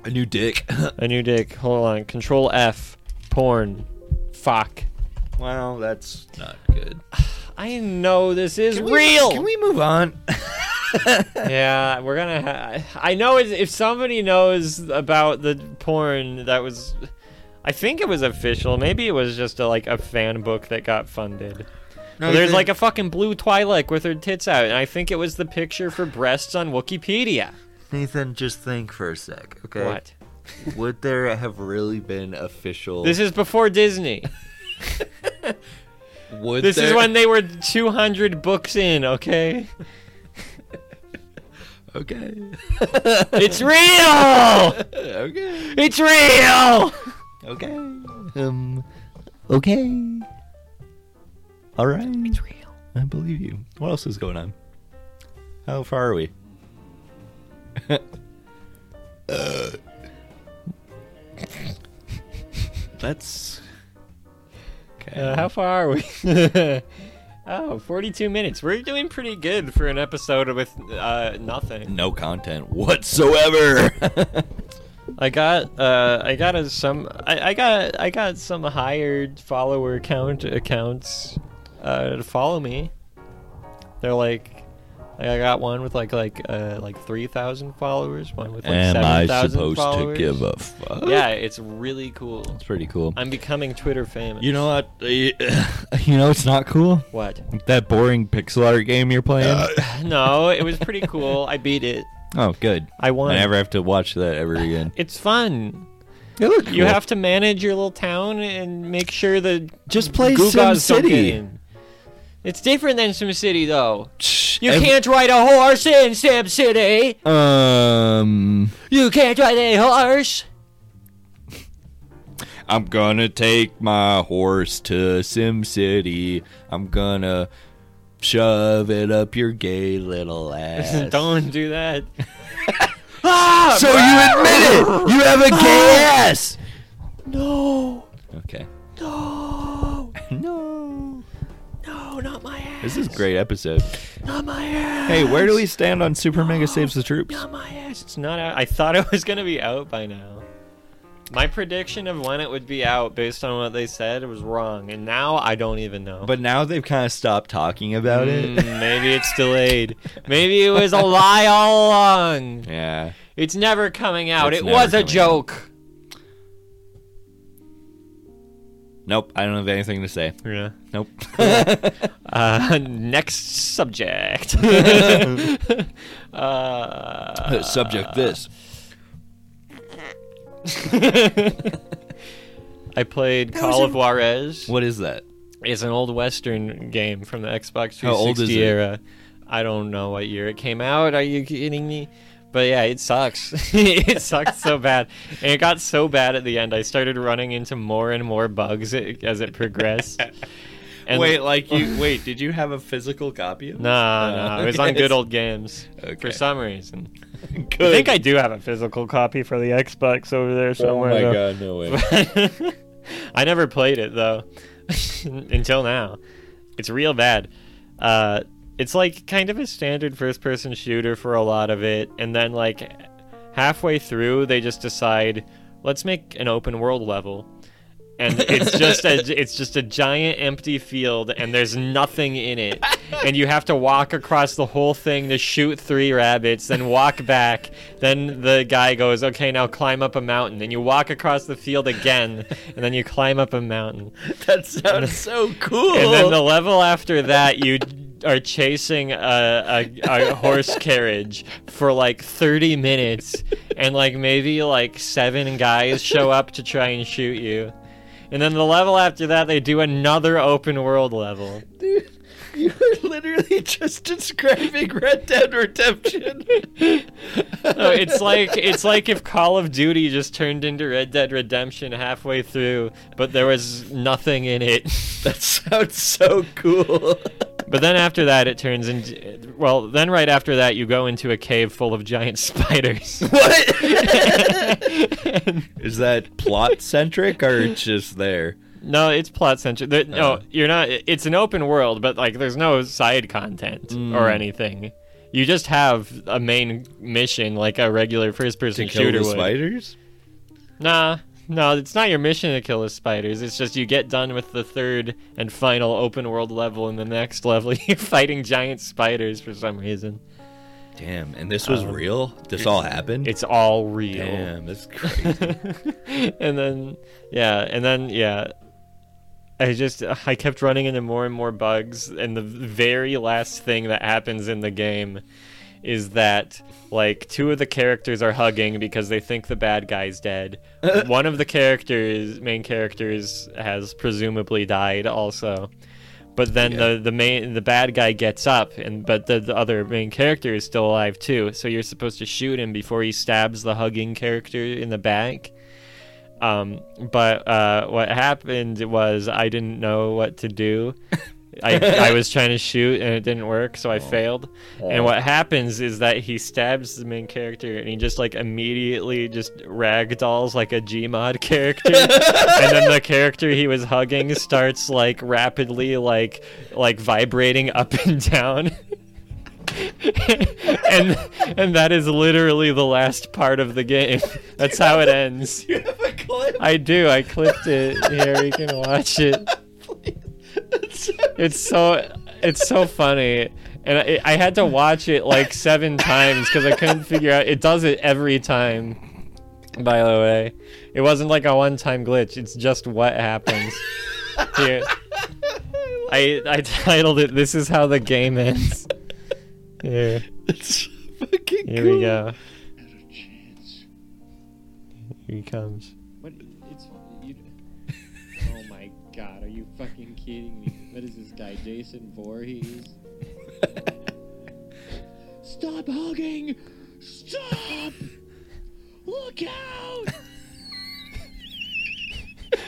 A new dick. A new dick. Hold on. Control F. Porn. Fuck. well, that's not good. I know this is real. Can we move on? yeah, we're gonna. Ha- I know it's, if somebody knows about the porn that was, I think it was official. Maybe it was just a, like a fan book that got funded. Well, there's like a fucking blue Twi'lek with her tits out, and I think it was the picture for breasts on Wikipedia. Nathan, just think for a sec, okay? What? Would there have really been official? This is before Disney. Would This is there- when they were 200 books in. Okay, Okay. it's real. okay. It's real. Okay. Um. Okay. All right. It's real. I believe you. What else is going on? How far are we? Uh. That's. Okay. Uh, how far are we? oh, 42 minutes. We're doing pretty good for an episode with uh, nothing. no content whatsoever. I got uh, I got a, some I, I got I got some hired follower count accounts uh, to follow me. They're like I got one with like like uh, like 3,000 followers, one with like 7,000 followers. a fuck? Yeah, it's really cool. it's pretty cool. I'm becoming Twitter famous. You know what? Uh, You know it's not cool. what? That boring pixel art game you're playing. No, it was pretty cool. I beat it. oh, good. I won. I never have to watch that ever again. It's fun. It looked You have to manage your little town and make sure the Just play Guggas don't get SimCity. in. It's different than SimCity though. You Ev- can't ride a horse in SimCity. Um, You can't ride a horse. I'm gonna take my horse to Sim City. I'm gonna shove it up your gay little ass. Don't do that. So you admit it? You have a gay ass. No. Okay. No. No. No, not my ass. This is a great episode. Not my ass. Hey, where do we stand on Super Mega Saves the Troops? Not my ass. It's not out. I thought it was gonna be out by now. My prediction of when it would be out, based on what they said, was wrong, and now I don't even know. But now they've kind of stopped talking about it. Mm, maybe it's delayed. Maybe it was a lie all along. Yeah. It's never coming out. It's it never was coming a out. joke. Nope. I don't have anything to say. Yeah. Nope. Uh, next subject. uh, Subject this. I played Call of Juarez. What is that? It's an old Western game from the Xbox 360 How old is it? era. I don't know what year it came out. Are you kidding me? But yeah, it sucks. it sucks so bad. And it got so bad at the end, I started running into more and more bugs i- as it progressed. And wait, like you wait, did you have a physical copy of this? Oh, No, no, it was on good yes. old games Okay. for some reason. Good. I think I do have a physical copy for the Xbox over there Oh somewhere. my though. god, no way. I never played it though, until now. It's real bad. Uh, it's like kind of a standard first-person shooter for a lot of it, and then like halfway through, they just decide let's make an open world level, and it's just a it's just a giant empty field, and there's nothing in it, and you have to walk across the whole thing to shoot three rabbits, then walk back. Then the guy goes, "Okay, now climb up a mountain," and you walk across the field again, and then you climb up a mountain. that sounds so cool. And then the level after that, you are chasing a, a, a horse carriage for like 30 minutes, and like maybe like seven guys show up to try and shoot you. And then the level after that, they do another open world level. Dude, you are literally just describing Red Dead Redemption. So it's like it's like if Call of Duty just turned into Red Dead Redemption halfway through, but there was nothing in it. that sounds so cool. But then after that, it turns into well. Then right after that, you go into a cave full of giant spiders. what? Is that plot centric or it's just there? no, it's plot centric. There, Uh. no, you're not. It's an open world, but like there's no side content Mm. or anything. You just have a main mission, like a regular To first-person kill shooter the would. spiders? Nah, no, it's not your mission to kill the spiders. It's just you get done with the third and final open-world level, and the next level you're fighting giant spiders for some reason. Damn, and this was real? This all happened? Um, It's all real. Damn, that's crazy. and then yeah and then yeah i just i kept running into more and more bugs and the very last thing that happens in the game is that like two of the characters are hugging because they think the bad guy's dead one of the characters main characters has presumably died also but then the the main the bad guy gets up and but the, the other main character is still alive too so you're supposed to shoot him before he stabs the hugging character in the back um, but uh, what happened was I didn't know what to do. I, I was trying to shoot and it didn't work, so I failed. And what happens is that he stabs the main character and he just like immediately just ragdolls like a Gmod character. and then the character he was hugging starts like rapidly like like vibrating up and down. and and that is literally the last part of the game. That's how it ends. you have a clip? I do. I clipped it. Here you can watch it. It's so it's so funny, and I, I had to watch it like seven times because I couldn't figure out. It does it every time. By the way, it wasn't like a one-time glitch. It's just what happens. Here, I I titled it. This is how the game ends. Here, It's fucking here cool. we go. Here he comes. What? It's. You, oh my god, are you fucking kidding me? What is this guy, Jason Voorhees? Stop hugging! Stop! Look out!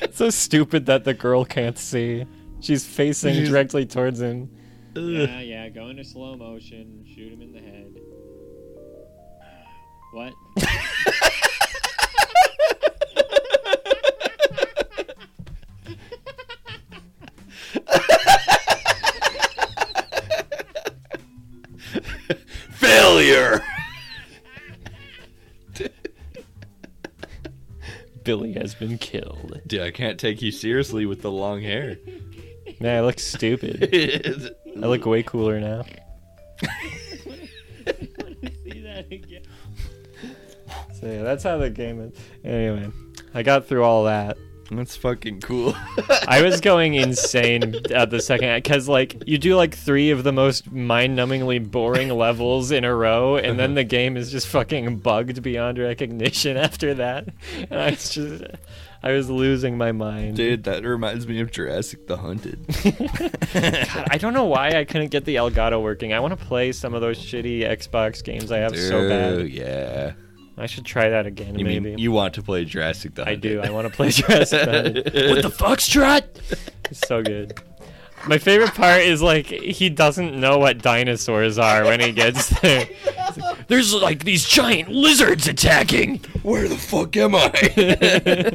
It's so stupid that the girl can't see. She's facing She's- directly towards him. Ugh. yeah, yeah, go into slow motion, shoot him in the head. What? Failure! Billy has been killed. Dude, I can't take you seriously with the long hair. Man, I look stupid. I Look, look way cooler now. See that again? So yeah, that's how the game is. Anyway, I got through all that. That's fucking cool. I was going insane at the second because like you do like three of the most mind-numbingly boring levels in a row, and then the game is just fucking bugged beyond recognition after that. And I was just, I was losing my mind. Dude, that reminds me of Jurassic the Hunted. God, I don't know why I couldn't get the Elgato working. I want to play some of those shitty Xbox games I have so bad. Yeah. I should try that again, You maybe. mean you want to play Jurassic the I Hunted? do. I want to play Jurassic. Island. what the fuck's Trot? It's so good. My favorite part is like he doesn't know what dinosaurs are when he gets there. There's like these giant lizards attacking. Where the fuck am I?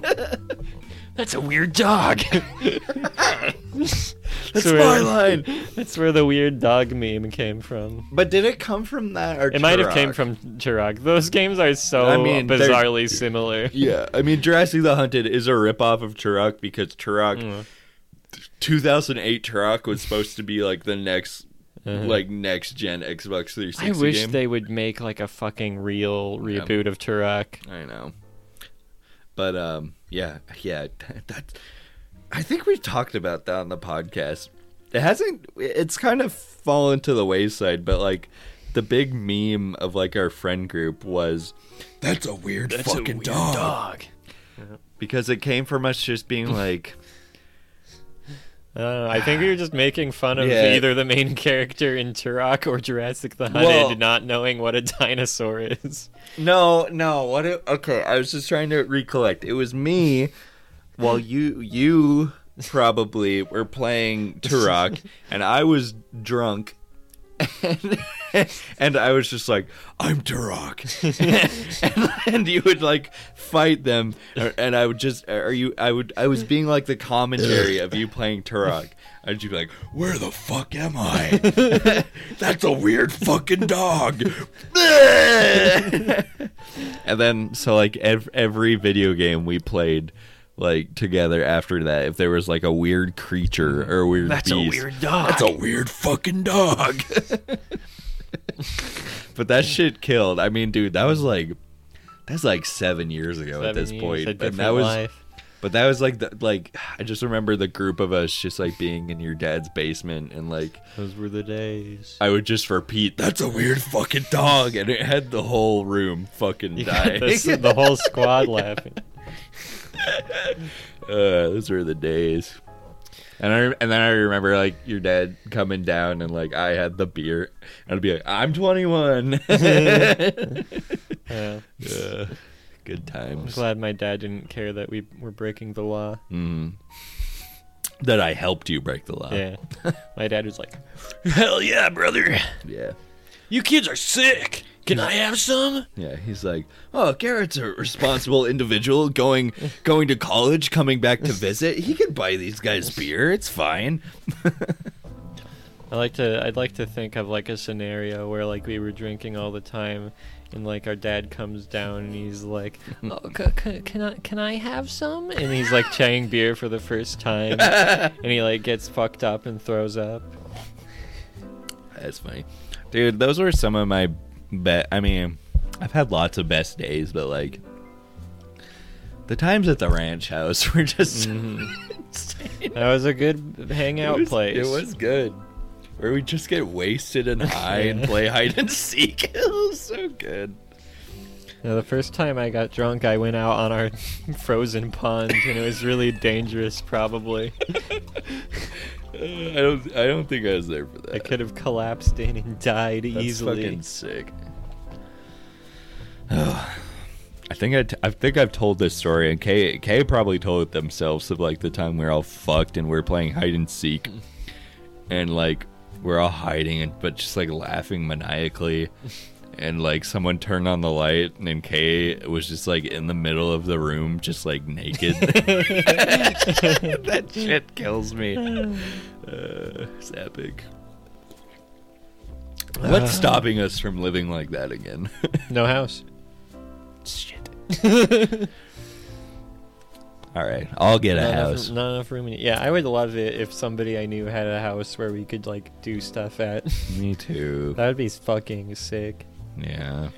That's a weird dog. That's Swear. my line. That's where the weird dog meme came from. But did it come from that or It might have came Turok? from Turok. Those games are so I mean, they're- bizarrely similar. Yeah, I mean Jurassic the Hunted is a ripoff of Turok because Turok Mm. 2008 Turok was supposed to be like the next Uh-huh. like next gen Xbox 360 I wish game. they would make like a fucking real Yeah. reboot of Turok. I know. But um yeah, yeah, that I think we've talked about that on the podcast. It hasn't it's kind of fallen to the wayside, but like the big meme of like our friend group was that's a weird fucking dog. Because it came from us just being like I don't know. I think we were just making fun of Yeah. either the main character in Turok or Jurassic the Hunted Well- not knowing what a dinosaur is. No, no. What? It, okay, I was just trying to recollect. It was me. Well, you, you probably were playing Turok, and I was drunk, and, and I was just like, "I'm Turok," and, and you would like fight them, or- and I would just, are you? I would, I was being like the commentary of you playing Turok. I'd just be like, "Where the fuck am I? That's a weird fucking dog." And then, so like ev- every video game we played, like together after that, if there was like a weird creature or a weird That's a beast, weird dog. that's a weird fucking dog. but that shit killed. I mean, dude, that was like that's like seven years ago at Seven this years, point. a and that different was, life. but that was like the like I just remember the group of us just like being in your dad's basement and like Those were the days. I would just repeat, "That's a weird fucking dog," and it had the whole room fucking You dying. got this, the whole squad laughing. uh, those were the days. And I and then I remember like your dad coming down and like I had the beer and I'd be like I'm 21. Yeah. Uh, good I'm times. glad my dad didn't care that we were breaking the law. Mm. That I helped you break the law. Yeah. My dad was like, Hell yeah, brother. yeah, You kids are sick. Can I have some? Yeah, He's like, oh, Garrett's a responsible individual going going to college, coming back to visit. He can buy these guys beer. It's fine. I like to I'd like to think of like a scenario where like we were drinking all the time and like our dad comes down and he's like, oh, c- c- "Can I can I have some?" and he's like trying beer for the first time and he like gets fucked up and throws up. That's funny. Dude, those were some of my bet I mean, I've had lots of best days, but like the times at the ranch house were just That was a good hangout it was, place. It was good. Where we just get wasted and high and Yeah. play hide and seek. It was so good. Now, the first time I got drunk, I went out on our frozen pond and it was really dangerous probably. Uh, I don't I don't think I was there for that. I could have collapsed in and died That's easily. fucking sick. I think I, t- I think I've told this story, and Kay Kay probably told it themselves of like the time we are all fucked and we are playing hide and seek, and like we're all hiding and but just like laughing maniacally, and like someone turned on the light and then Kay was just like in the middle of the room just like naked. that shit kills me. Uh, it's epic. What's stopping us from living like that again? No house. All right, I'll get a Not enough- house. not enough room. In, yeah, I would love it if somebody I knew had a house where we could like do stuff at. Me too. that would be fucking sick. Yeah.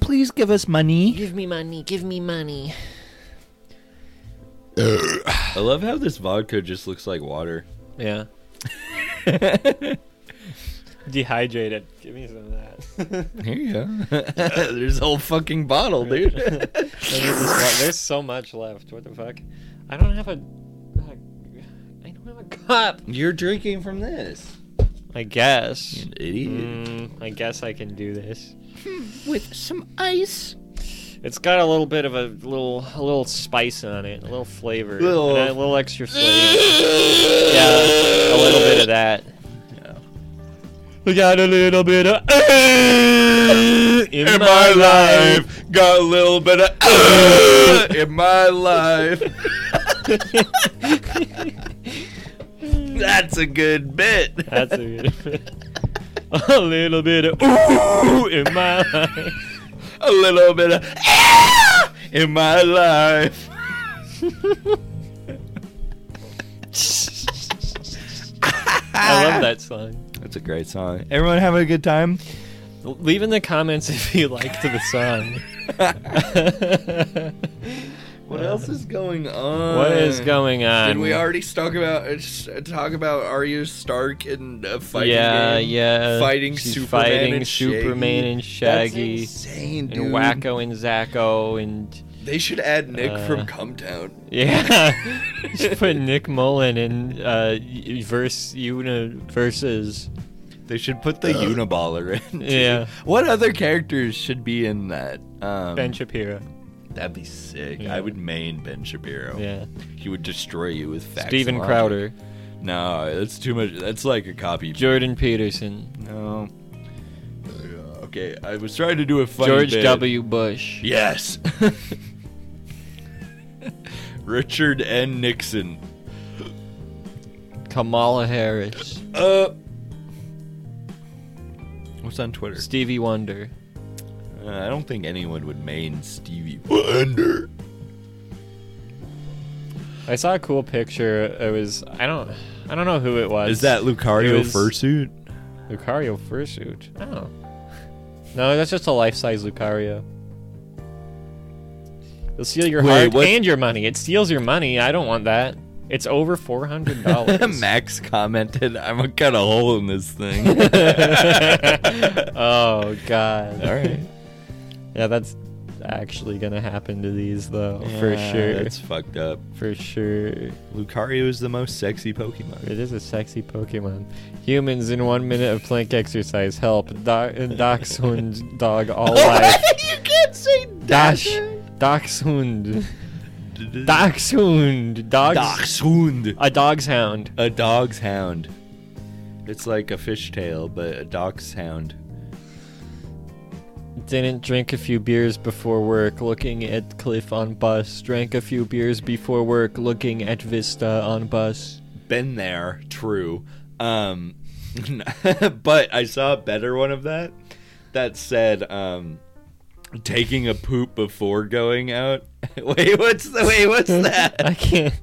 please give us money. Give me money, give me money. I love how this vodka just looks like water. Yeah. Dehydrated. Give me some of that. Here you go. There's a whole fucking bottle, dude. Let me just wa- There's so much left. What the fuck? I don't have a. I don't have a cup. You're drinking from this. I guess. An idiot. Mm, I guess I can do this. With some ice. It's got a little bit of a little a little spice on it, a little flavor, Little- and a little extra flavor. yeah, a little bit of that. Yeah. We got a little bit of in, my life. got a little bit of in my life. That's a good bit. That's a good. a little bit of ooh in my life. a little bit of "Ah!" in my life. I love that song. That's a great song. Everyone having a good time? Leave in the comments if you liked the song. What else is going on? what is going on? Did Uh, we already talk about uh, talk about Arya Stark in a fighting yeah, game? yeah. Fighting She's Superman fighting and Shaggy. Superman and Shaggy Insane, and dude. Wacko and Zacko and They should add Nick Uh, from Cumtown. yeah. Just put Nick Mullen in uh, y- verse universes. They should put the Uniballer in. too. Yeah. Uh. What other characters should be in that? Um, Ben Shapiro. That'd be sick. Yeah. I would main Ben Shapiro. Yeah. He would destroy you with facts. Steven and logic. Crowder. No, that's too much. That's like a copy. Jordan Peterson. no. Uh, Okay, I was trying to do a funny George bit. W. Bush. Yes. Richard N. Nixon. Kamala Harris. Uh. What's on Twitter? Stevie Wonder. Uh, I don't think anyone would main Stevie Wonder. I saw a cool picture. It was I don't I don't know who it was. Is that Lucario It was- fursuit? Lucario fursuit? Oh. No, that's just a life-size Lucario. It'll steal your Wait, heart what- and your money. It steals your money. I don't want that. It's over four hundred dollars. Max commented, "I'm gonna cut a hole in this thing." oh god. All right. Yeah, that's actually gonna happen to these though, for sure. That's fucked up. For sure. Lucario is the most sexy Pokemon. It is a sexy Pokemon. Humans in one minute of plank exercise help. Do- dachshund dog all life. you can't say Dash. Dachshund. Dachshund. Dogs. Dachshund. A dog's hound. A dog's hound. It's like a fishtail, but a dog's hound. Didn't drink a few beers before work, looking at cliff on bus. Drank a few beers before work, looking at vista on bus. Been there, true. Um, but I saw a better one of that that said, um, taking a poop before going out. wait, what's the wait? What's I that? can't.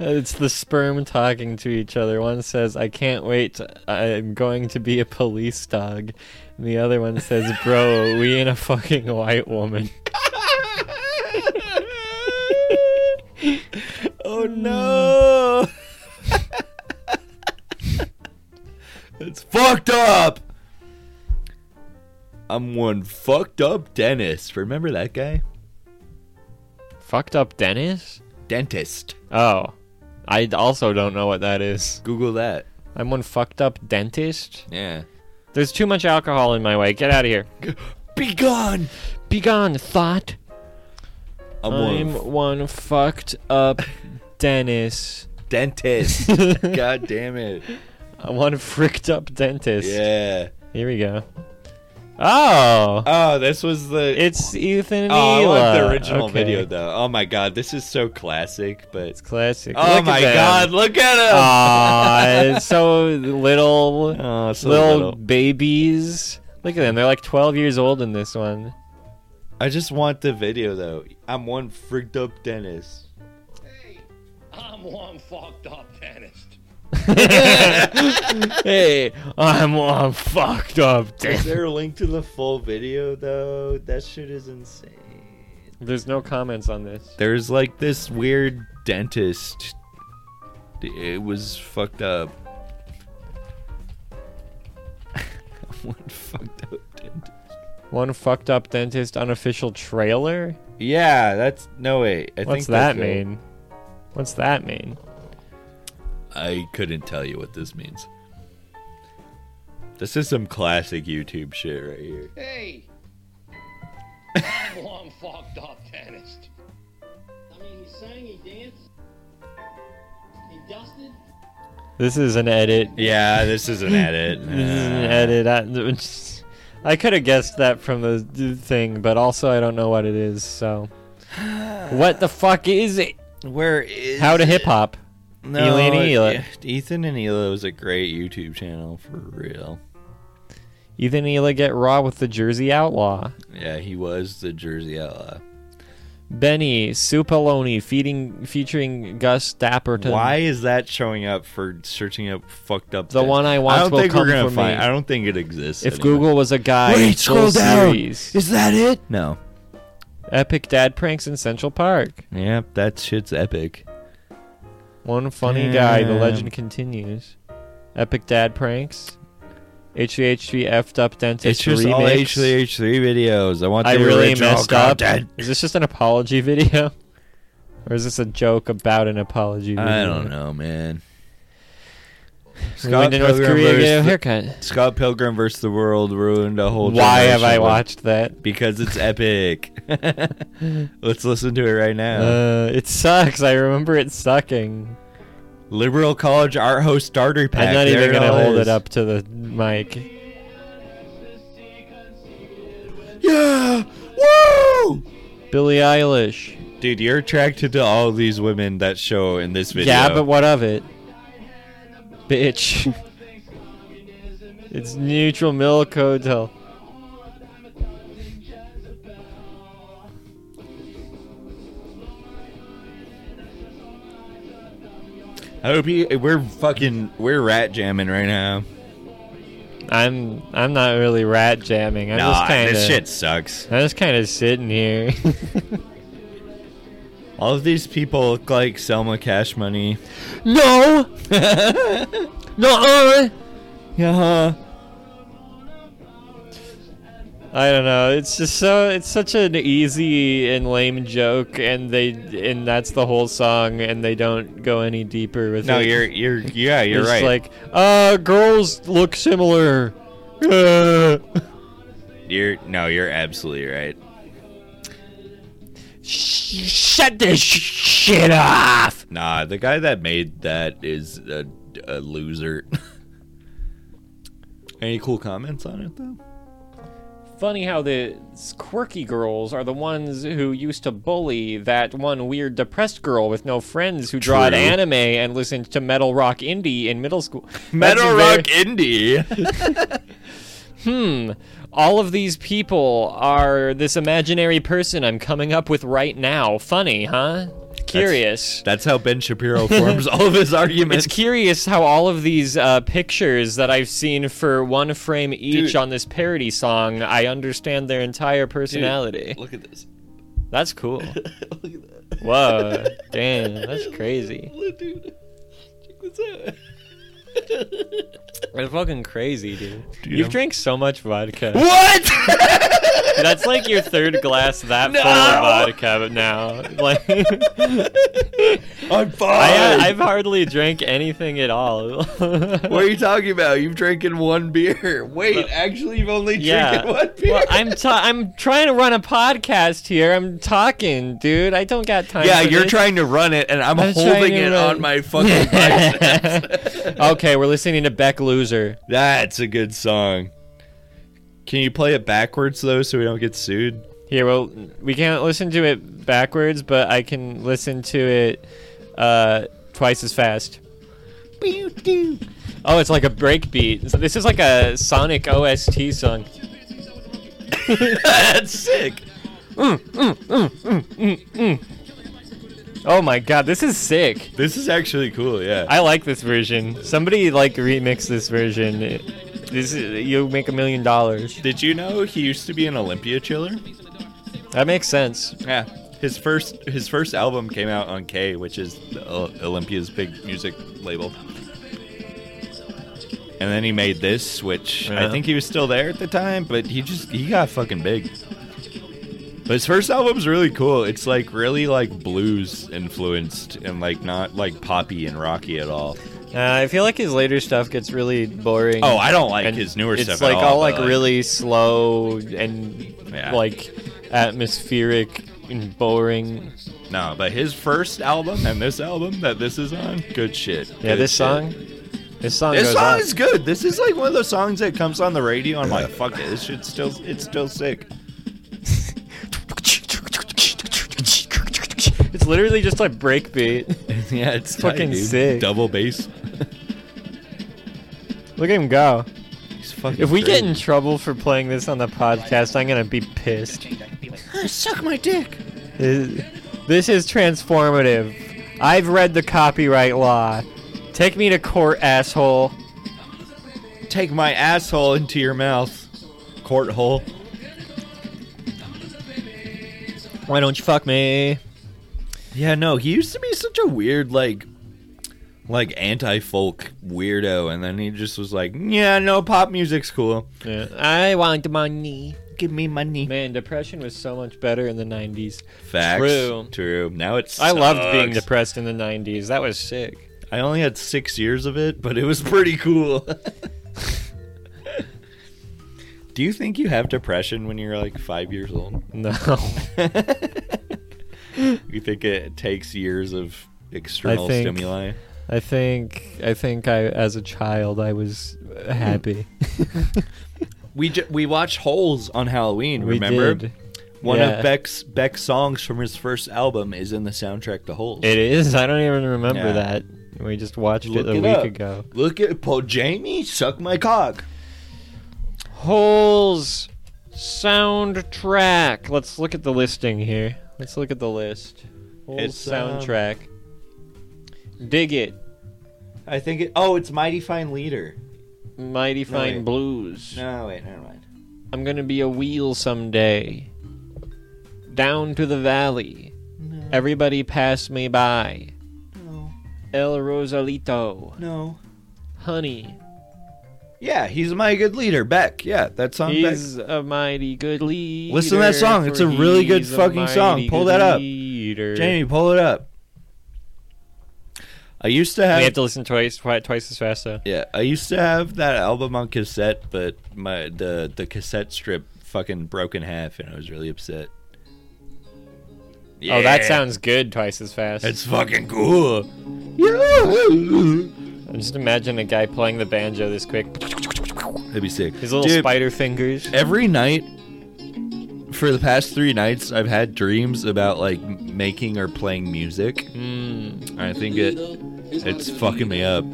it's the sperm talking to each other. One says, I can't wait. I'm going to be a police dog. And the other one says, Bro, we ain't a fucking white woman. oh no! it's fucked up. I'm one fucked up dentist. Remember that guy? Fucked up Dennis? Dentist. Oh. I also don't know what that is. Google that. I'm one fucked up dentist? Yeah. There's too much alcohol in my way. Get out of here. Be gone. Be gone, thought. I'm, I'm one one fucked up Dennis. dentist. God damn it. I'm one fricked up dentist. Yeah. Here we go. Oh, Oh, this was the. it's Ethan and oh, I want the Hila. original Okay. video though. Oh my god, this is so classic, but. It's classic. Oh Look at my them. Ah. god, look at him! Aw, it's so little, Oh, so little, little. babies. Look at them. They're like 12 years old in this one. I just want the video though. I'm one frigged up dentist. I'm one fucked up dentist. Hey, I'm I'm fucked up. Is Damn. there a link to the full video though? That shit is insane. There's no comments on this. There's like this weird dentist. It was fucked up. One fucked up dentist. One fucked up dentist unofficial trailer. Yeah, that's no wait. I What's think that that's it. mean? What's that mean? I couldn't tell you what this means. This is some classic YouTube shit right here. Hey! full-on fogged off dentist. I mean, he sang, he danced, he dusted. This is an edit. Yeah, this is an edit. This is an edit. I, I could have guessed that from the d- thing, but also I don't know what it is. So, what the fuck is it? Where is How to hip hop? No, Ela and Ela. yeah, Ethan and Ela is a great YouTube channel for real. Ethan Ela get raw with the Jersey Outlaw. Yeah, he was the Jersey Outlaw. Benny Supaloni feeding featuring Gus Dapperton. Why is that showing up for searching up fucked up? The things? one I I once don't will think come we're gonna for find. me. I don't think it exists. If anymore. Google was a guy, Wait, scroll full down. series. Is that it? No. Epic dad pranks in Central Park. Yep, that shit's epic. One funny guy. The Damn. legend continues. Epic dad pranks. HVHV effed up dentist. It's just all remix. HVH three videos. I want. I the really original messed up. content. Is this just an apology video? Or is this a joke about an apology video? I don't know, man. We went to North Korea to get a versus the, haircut. Scott Pilgrim versus the World ruined a whole. Why have I generation. watched that? Because it's epic. Let's listen to it right now. Uh, it sucks. I remember it sucking. Liberal College Art Host Starter Pack. I'm not There even gonna all hold is. it up to the mic. Yeah. Woo! Billie Eilish. Dude, you're attracted to all these women that show in this video. Yeah, but what of it? Bitch. it's neutral milk hotel. I hope you. We're fucking. We're rat jamming right now. I'm I'm not really rat jamming. I'm nah, just kinda this shit sucks. I'm just kinda sitting here. All of these people look like Selma Cash Money. no! No uh yeah. I don't know. It's just so it's such an easy and lame joke and they and that's the whole song and they don't go any deeper with No, it. you're you're yeah, you're it's right. like, uh girls look similar. Uh. you're no, you're absolutely right. Shut this shit off. Nah, the guy that made that is a, a loser. Any cool comments on it though? Funny how the s- quirky girls are the ones who used to bully that one weird depressed girl with no friends who drawed True. anime and listened to metal rock indie in middle school. That's Metal very- Rock Indie. Hmm. All of these people are this imaginary person I'm coming up with right now. Funny, huh? Curious. That's how Ben Shapiro forms all of his It's arguments. curious how all of these uh, pictures that I've seen for one frame each Dude. on this parody song, I understand their entire personality. Look at this. That's cool. Look at that. Whoa, damn, that's crazy. Dude. Check this out. That's fucking crazy, dude. you You've know- drank so much vodka. What? That's like your third glass that full of No! vodka now. Like, I'm fine. I, uh, I've hardly drank anything at all. what are you talking about? You've drinking one beer. Wait, actually, you've only Yeah. drinking one beer. Well, I'm ta- I'm trying to run a podcast here. I'm talking, dude. I don't got time. yeah, for you're this. trying to run it, and I'm, I'm trying holding to it run- on my fucking biceps. okay, we're listening to Beck Loser. That's a good song. Can you play it backwards though, so we don't get sued? Here, well, we can't listen to it backwards, but I can listen to it uh, twice as fast. Oh, it's like a break beat. So this is like a Sonic OST song. That's sick. Oh my god, this is sick. This is actually cool. Yeah. I like this version. Somebody like remix this version. This is, you'll make a million dollars. Did you know he used to be an Olympia chiller? That makes sense. Yeah. His first his first album came out on K, which is the O- Olympia's big music label. And then he made this, which Yeah. I think he was still there at the time, but he just he got fucking big. But his first album's really cool. It's like really like blues influenced and like not like poppy and rocky at all. Uh, I feel like his later stuff gets really boring. Oh, I don't like and his newer it's stuff. like at all, all but, like really slow and Yeah. like atmospheric and boring. No, but his first album and this album that this is on, good shit. Yeah, Good this shit. song. This song This goes song on. is good. This is like one of those songs that comes on the radio. I'm like, fuck it, this shit's still it's still sick. It's literally just a breakbeat. yeah, it's tight, Fucking dude. sick. Double bass. Look at him go. He's fucking If we get in crazy. trouble for playing this on the podcast, I'm gonna be pissed. suck my dick. This this is transformative. I've read the copyright law. Take me to court, asshole. Take my asshole into your mouth, court hole. Why don't you fuck me? Yeah, no, he used to be such a weird like like anti folk weirdo, and then he just was like, yeah, no, pop music's cool. Yeah, I want money. Give me money. Man, depression was so much better in the 90s. Facts. True. True. Now it's. I loved being depressed in the 90s. That was sick. I only had six years of it, but it was pretty cool. Do you think you have depression when you're like five years old? No. you think it takes years of external think- stimuli? I think I think I as a child I was happy. We ju- we watched Holes on Halloween. We remember did. one yeah. of Beck's Beck's songs from his first album is in the soundtrack to Holes. It is. I don't even remember Yeah. that. We just watched Look it a it week up. ago. Look at Paul Jamie suck my cock. Holes soundtrack. Let's look at the listing here. Let's look at the list. Holes It's, um, soundtrack. Dig it. I think it. Oh, it's Mighty Fine Leader. Mighty Fine wait. Blues. No, wait, never mind. I'm gonna be a wheel someday. Down to the valley. Everybody pass me by. No, El Rosalito. no. Honey. Yeah, he's a mighty good leader, Beck. Yeah, that song. Beck. He's a mighty good leader. Listen to that song. It's a really good he's a fucking song. mighty Pull good that up. leader. Jamie, pull it up. I used to have. We have to listen twice, twi- twice as fast though. yeah, I used to have that album on cassette, but my the the cassette strip fucking broke in half, and I was really upset. Oh, that Yeah, sounds good. Twice as fast. It's fucking cool. Just imagine a guy playing the banjo this quick. That'd be sick. His little Dude, spider fingers. every night for the past three nights i've had dreams about like m- making or playing music Hmm. mm. i think it it's fucking me up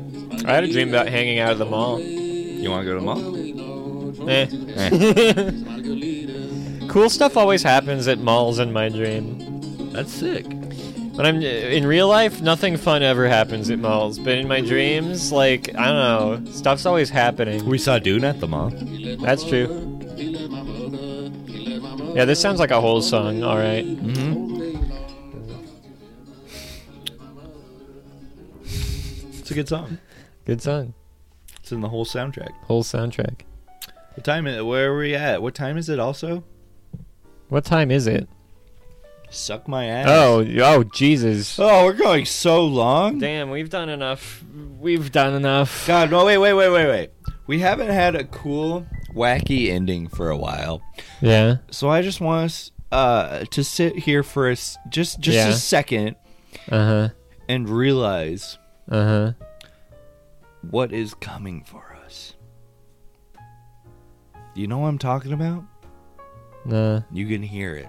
I had a dream about hanging out at the mall. you want to go to the mall Eh. cool stuff always happens at malls in my dream. that's sick When I'm in real life, nothing fun ever happens at malls, but in my dreams, like I don't know, stuff's always happening. we saw dune at the mall That's true. Yeah, this sounds like a whole song. All right. Mm-hmm. it's a good song Good song. it's in the whole soundtrack Whole soundtrack. what time is where are we at what time is it also What time is it? suck my ass Oh, oh Jesus. oh we're going so long Damn, we've done enough. We've done enough. God, no, wait, wait, wait, wait, wait. We haven't had a cool, wacky ending for a while. Yeah. So I just want us uh, to sit here for a s- just just Yeah. a second Uh huh. and realize Uh huh. what is coming for us. You know what I'm talking about? No. You can hear it.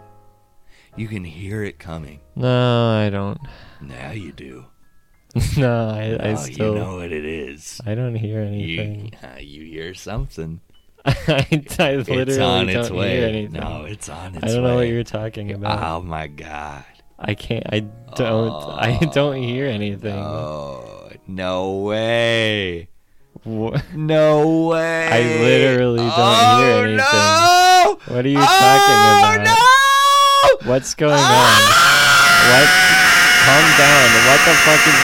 You can hear it coming. No, I don't. Now you do. no, I, I Now still. you know what it is. I don't hear You, anything. uh, you hear something. I, I literally it's on don't its way. hear anything. No, it's on its I way. don't know what you're talking about. Oh my god. I can't. I don't. I don't hear anything. Oh, no way. Wha- No way. I literally don't hear anything. No! What are you oh, talking about? No! What's going on? What? Calm down. What the fuck is